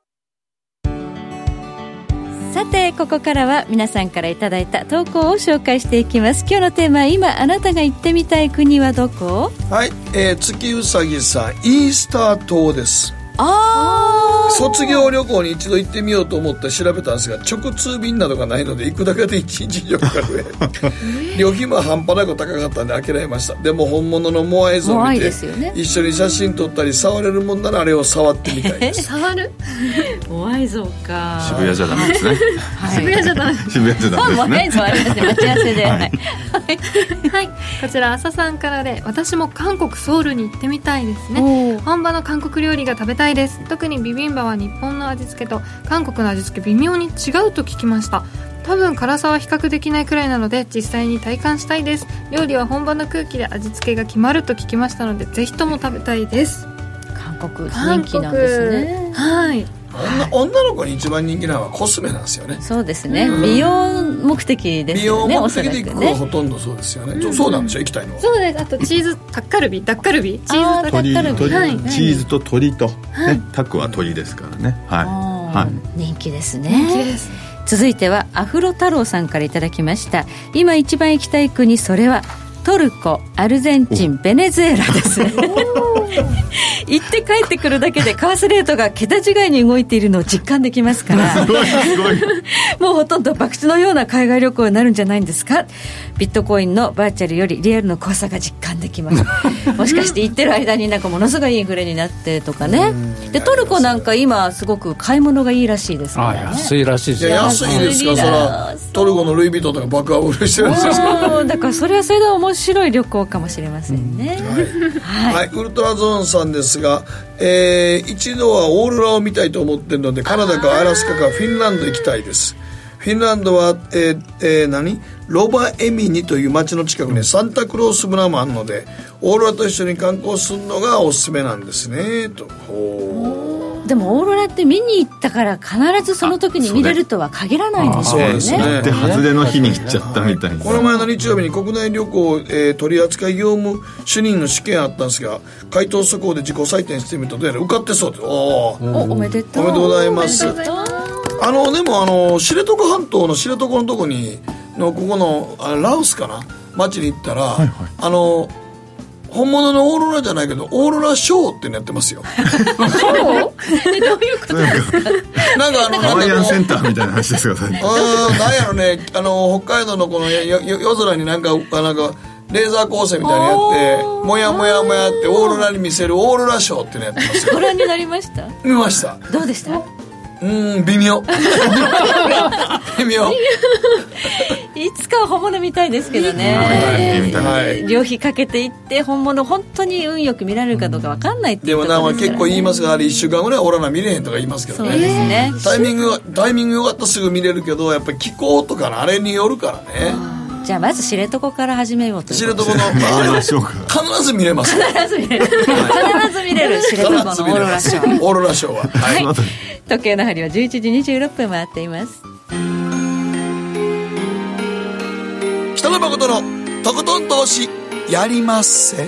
[SPEAKER 3] さてここからは皆さんからいただいた投稿を紹介していきます今日のテーマは今あなたが行ってみたい国はどこ
[SPEAKER 2] はい。えー、月うさぎさん、イースター島です。
[SPEAKER 3] あ
[SPEAKER 2] 卒業旅行に一度行ってみようと思って調べたんですが直通便などがないので行くだけで1日4日増え旅費も半端なく高かったんで諦めましたでも本物のモアイ像を
[SPEAKER 3] モア
[SPEAKER 2] 見
[SPEAKER 3] イで
[SPEAKER 2] て
[SPEAKER 3] すよね
[SPEAKER 2] 一緒に写真撮ったり触れるもんならあれを触ってみたいです
[SPEAKER 1] 触る
[SPEAKER 3] モアイ像か
[SPEAKER 4] 渋谷じゃダメですね
[SPEAKER 3] 渋谷じ ゃダメ
[SPEAKER 4] 渋谷じゃダメです
[SPEAKER 3] モアイ
[SPEAKER 4] ね
[SPEAKER 3] 像ありますね待ち合わせで、はい
[SPEAKER 1] はい、こちら朝さんからで私も韓国ソウルに行ってみたいですね
[SPEAKER 3] おー
[SPEAKER 1] 本場の韓国料理が食べたいです特にビビンバは日本の味付けと韓国の味付け微妙に違うと聞きました多分辛さは比較できないくらいなので実際に体感したいです料理は本場の空気で味付けが決まると聞きましたのでぜひとも食べたいです
[SPEAKER 3] 韓国
[SPEAKER 1] 韓
[SPEAKER 3] 人
[SPEAKER 1] 国
[SPEAKER 3] 気なんですね
[SPEAKER 1] はい
[SPEAKER 2] 女女の子に一番人気なのはコスメなんですよね
[SPEAKER 3] そうですね、美容目的です
[SPEAKER 2] 美
[SPEAKER 3] よ
[SPEAKER 2] 容
[SPEAKER 3] ね
[SPEAKER 2] 目
[SPEAKER 3] お
[SPEAKER 2] 的
[SPEAKER 3] そ
[SPEAKER 2] で
[SPEAKER 3] ら
[SPEAKER 2] 行
[SPEAKER 3] く
[SPEAKER 2] くは
[SPEAKER 3] ね
[SPEAKER 2] ほとんどそうですよね、そうなんでしょ行きたいのは
[SPEAKER 1] そうですあとチーズタッカルビダッカルビチー
[SPEAKER 3] あ
[SPEAKER 1] ズ
[SPEAKER 3] ー
[SPEAKER 1] タッ
[SPEAKER 4] 鶏
[SPEAKER 1] カルビ
[SPEAKER 4] 鶏
[SPEAKER 1] はい
[SPEAKER 4] チーズと鶏と、ねタクは鶏ですからねはい、
[SPEAKER 3] あ
[SPEAKER 4] は
[SPEAKER 3] ー人気ですね
[SPEAKER 1] 人気です
[SPEAKER 3] 続いてはアフロ太郎さんからいただきました今一番行きたい国それはトルコアルゼンチンベネズエラです 行って帰ってくるだけで為替レートが桁違いに動いているのを実感できますから
[SPEAKER 4] い、すごいすごい
[SPEAKER 3] もうほとんど博打のような海外旅行になるんじゃないんですかビットコインのバーチャルよりリアルの怖さが実感できます もしかして行ってる間になんかものすごいインフレになってとかねでトルコなんか今すごく買い物がいいらしいですか
[SPEAKER 9] あ
[SPEAKER 3] らね
[SPEAKER 9] 安いらしいで
[SPEAKER 2] い
[SPEAKER 9] す
[SPEAKER 2] や
[SPEAKER 9] よ
[SPEAKER 2] 安いですよ
[SPEAKER 3] 安い
[SPEAKER 2] そ
[SPEAKER 3] な
[SPEAKER 2] らトルコのルイ・ヴィトンとか爆破売りしてるんですよ
[SPEAKER 3] うんだからそれはそれで面白い旅行かもしれませんね、
[SPEAKER 2] はい、ウルトラゾーンさんですが、えー一度はオーロラを見たいと思ってるのでカナダかアラスカかフィンランド行きたいですフィンランドは、えーえー何ロバエミニという町の近くにサンタクロース村もあるのでオーロラと一緒に観光するのがおすすめなんですねとほ
[SPEAKER 3] でもオーロラって見に行ったから必ずその時に見れるとは限らないんですよね
[SPEAKER 2] あそうですね
[SPEAKER 4] で外れの日に行っちゃったみたいな、
[SPEAKER 2] うこの前の日曜日に国内旅行、えー取扱業務主任の試験あったんですが回答素行で自己採点してみたとやら受かってそうですおー
[SPEAKER 3] おおめでとう
[SPEAKER 2] おめでとうございます
[SPEAKER 3] おめでとう
[SPEAKER 2] あのでもあの知床半島の知床のとこにのここのあラウスかな町に行ったら、あの本物のオーロラじゃないけどオーロラショーってのやってますよなんかあの
[SPEAKER 4] ハワイアンセ
[SPEAKER 2] なん
[SPEAKER 4] ン
[SPEAKER 2] か
[SPEAKER 4] ターみたいな話ですがさっき
[SPEAKER 2] こううんなんやろねあの北海道のこのよよ夜空になんかあなんかレーザー光線みたいなのやってもやもやもやってオーロラに見せるオーロラショーってのやってますよ
[SPEAKER 3] ご覧になりました
[SPEAKER 2] 見ました
[SPEAKER 3] どうでした
[SPEAKER 2] うーん微 妙微妙
[SPEAKER 3] いつかは本物見たいですけど
[SPEAKER 4] はい
[SPEAKER 3] ね
[SPEAKER 4] みたいな
[SPEAKER 2] はい
[SPEAKER 3] 旅費かけて行って本物本当に運よく見られるかどうか分かんないってい
[SPEAKER 2] で
[SPEAKER 3] う
[SPEAKER 2] も
[SPEAKER 3] と
[SPEAKER 2] なん
[SPEAKER 3] ころ
[SPEAKER 2] か
[SPEAKER 3] です
[SPEAKER 2] 結
[SPEAKER 3] から
[SPEAKER 2] 構言いますがあれ1週間ぐらいオーロラ見れへんとか言いますけど
[SPEAKER 3] そうです
[SPEAKER 2] ね
[SPEAKER 3] ね
[SPEAKER 2] タイミングがタイミング良かったらすぐ見れるけどやっぱり気候とかのあれによるからね
[SPEAKER 3] じゃあまず知床から始めようと
[SPEAKER 2] 知床のまああれ
[SPEAKER 4] どう
[SPEAKER 2] は
[SPEAKER 4] でしょうか
[SPEAKER 2] 必ず見れますよ
[SPEAKER 3] 必ず見れる必ず見れる知
[SPEAKER 2] 必
[SPEAKER 3] 床のオ
[SPEAKER 2] ず見
[SPEAKER 3] ー
[SPEAKER 2] れ
[SPEAKER 3] ロラ
[SPEAKER 2] ま
[SPEAKER 3] シ
[SPEAKER 2] す
[SPEAKER 3] ョ
[SPEAKER 2] オ
[SPEAKER 3] ー
[SPEAKER 2] ーロラショーははい
[SPEAKER 4] あと
[SPEAKER 3] 時計の針は11時26分回っています
[SPEAKER 2] 北野誠のとことん投資やりまっせ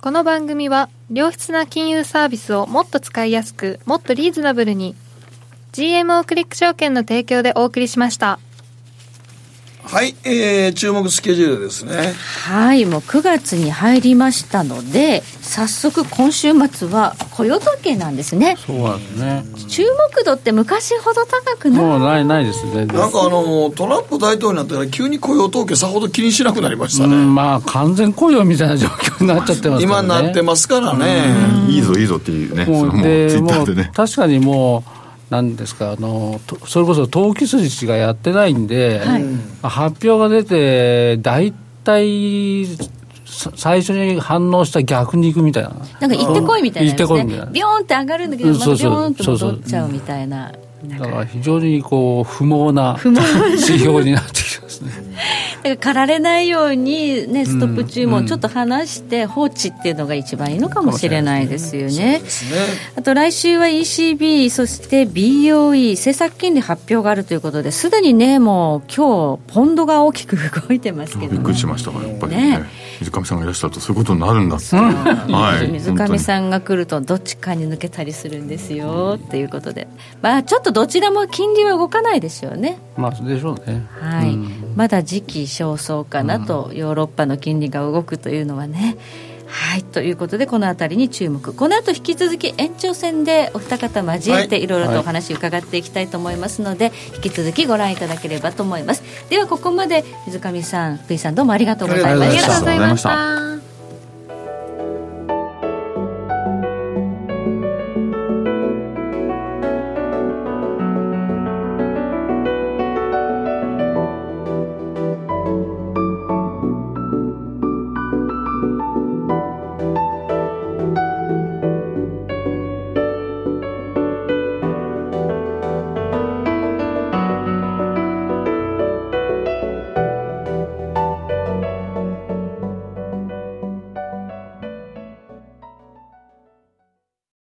[SPEAKER 1] この番組は良質な金融サービスをもっと使いやすくもっとリーズナブルに GMO クリック証券の提供でお送りしました
[SPEAKER 2] はいえー注目スケジュールですね
[SPEAKER 3] はいもう9月に入りましたので早速今週末は雇用統計なんですね
[SPEAKER 9] そうなんですね
[SPEAKER 3] 注目度って昔ほど高くない
[SPEAKER 9] もうないないですね
[SPEAKER 2] なんかあのトランプ大統領になってから急に雇用統計さほど気にしなくなりました
[SPEAKER 9] う
[SPEAKER 2] ね
[SPEAKER 9] んまあ完全雇用みたいな状況になっちゃってます
[SPEAKER 2] 今
[SPEAKER 9] から
[SPEAKER 2] に
[SPEAKER 9] ね
[SPEAKER 2] なってますからね
[SPEAKER 4] いいぞいいぞっていうねそ
[SPEAKER 9] も
[SPEAKER 4] の
[SPEAKER 9] う
[SPEAKER 4] もう
[SPEAKER 9] で
[SPEAKER 4] ツイッタ
[SPEAKER 9] も
[SPEAKER 4] ーで
[SPEAKER 9] う
[SPEAKER 4] ね
[SPEAKER 9] 確かにもうなんですかあのとそれこそ投機筋がやってないんで、発表が出て大体さ最初に反応した逆に行くみたいな
[SPEAKER 3] なんか行ってこいみたいなやつ
[SPEAKER 9] 行ってこ
[SPEAKER 3] ね
[SPEAKER 9] いみたいな
[SPEAKER 3] ビョーンって上がるんだけど
[SPEAKER 9] うん
[SPEAKER 3] またビ
[SPEAKER 9] そ
[SPEAKER 3] ョ
[SPEAKER 9] うそう
[SPEAKER 3] ーンって戻っちゃうみたいな
[SPEAKER 9] だから非常にこう不毛な指標になってきますね
[SPEAKER 3] だから駆られないように、ね、ストップ注文ちょっと離して放置っていうのが一番いいのかもしれないですよね。あと来週は ECB そして BOE 政策金利発表があるということですでにねもう今日ポンドが大きく動いてますけど、
[SPEAKER 4] び
[SPEAKER 3] ね
[SPEAKER 4] っくりしましたからやっぱりね
[SPEAKER 3] ね
[SPEAKER 4] 水上さんがいらっしゃるとそういうことになるんだって、はい
[SPEAKER 3] 水上さんが来るとどっちかに抜けたりするんですよっていうことで、まあ、ちょっとどちらも金利は動かないですよね、
[SPEAKER 9] まあでしょうね
[SPEAKER 3] はいまだ時期尚早かなと、ヨーロッパの金利が動くというのはね。はいということでこの辺りに注目この後引き続き延長戦でお二方交えて
[SPEAKER 2] はい
[SPEAKER 3] いろいろとお話伺っていきたいと思いますので、引き続きご覧いただければと思いますではここまで水上さん福井さんどうもありがとうございま
[SPEAKER 1] あ
[SPEAKER 2] あり
[SPEAKER 1] り
[SPEAKER 2] が
[SPEAKER 1] がとうご
[SPEAKER 2] とうご
[SPEAKER 4] ざ
[SPEAKER 1] ざ
[SPEAKER 4] い
[SPEAKER 1] い
[SPEAKER 4] ま
[SPEAKER 1] ま
[SPEAKER 4] し
[SPEAKER 1] したた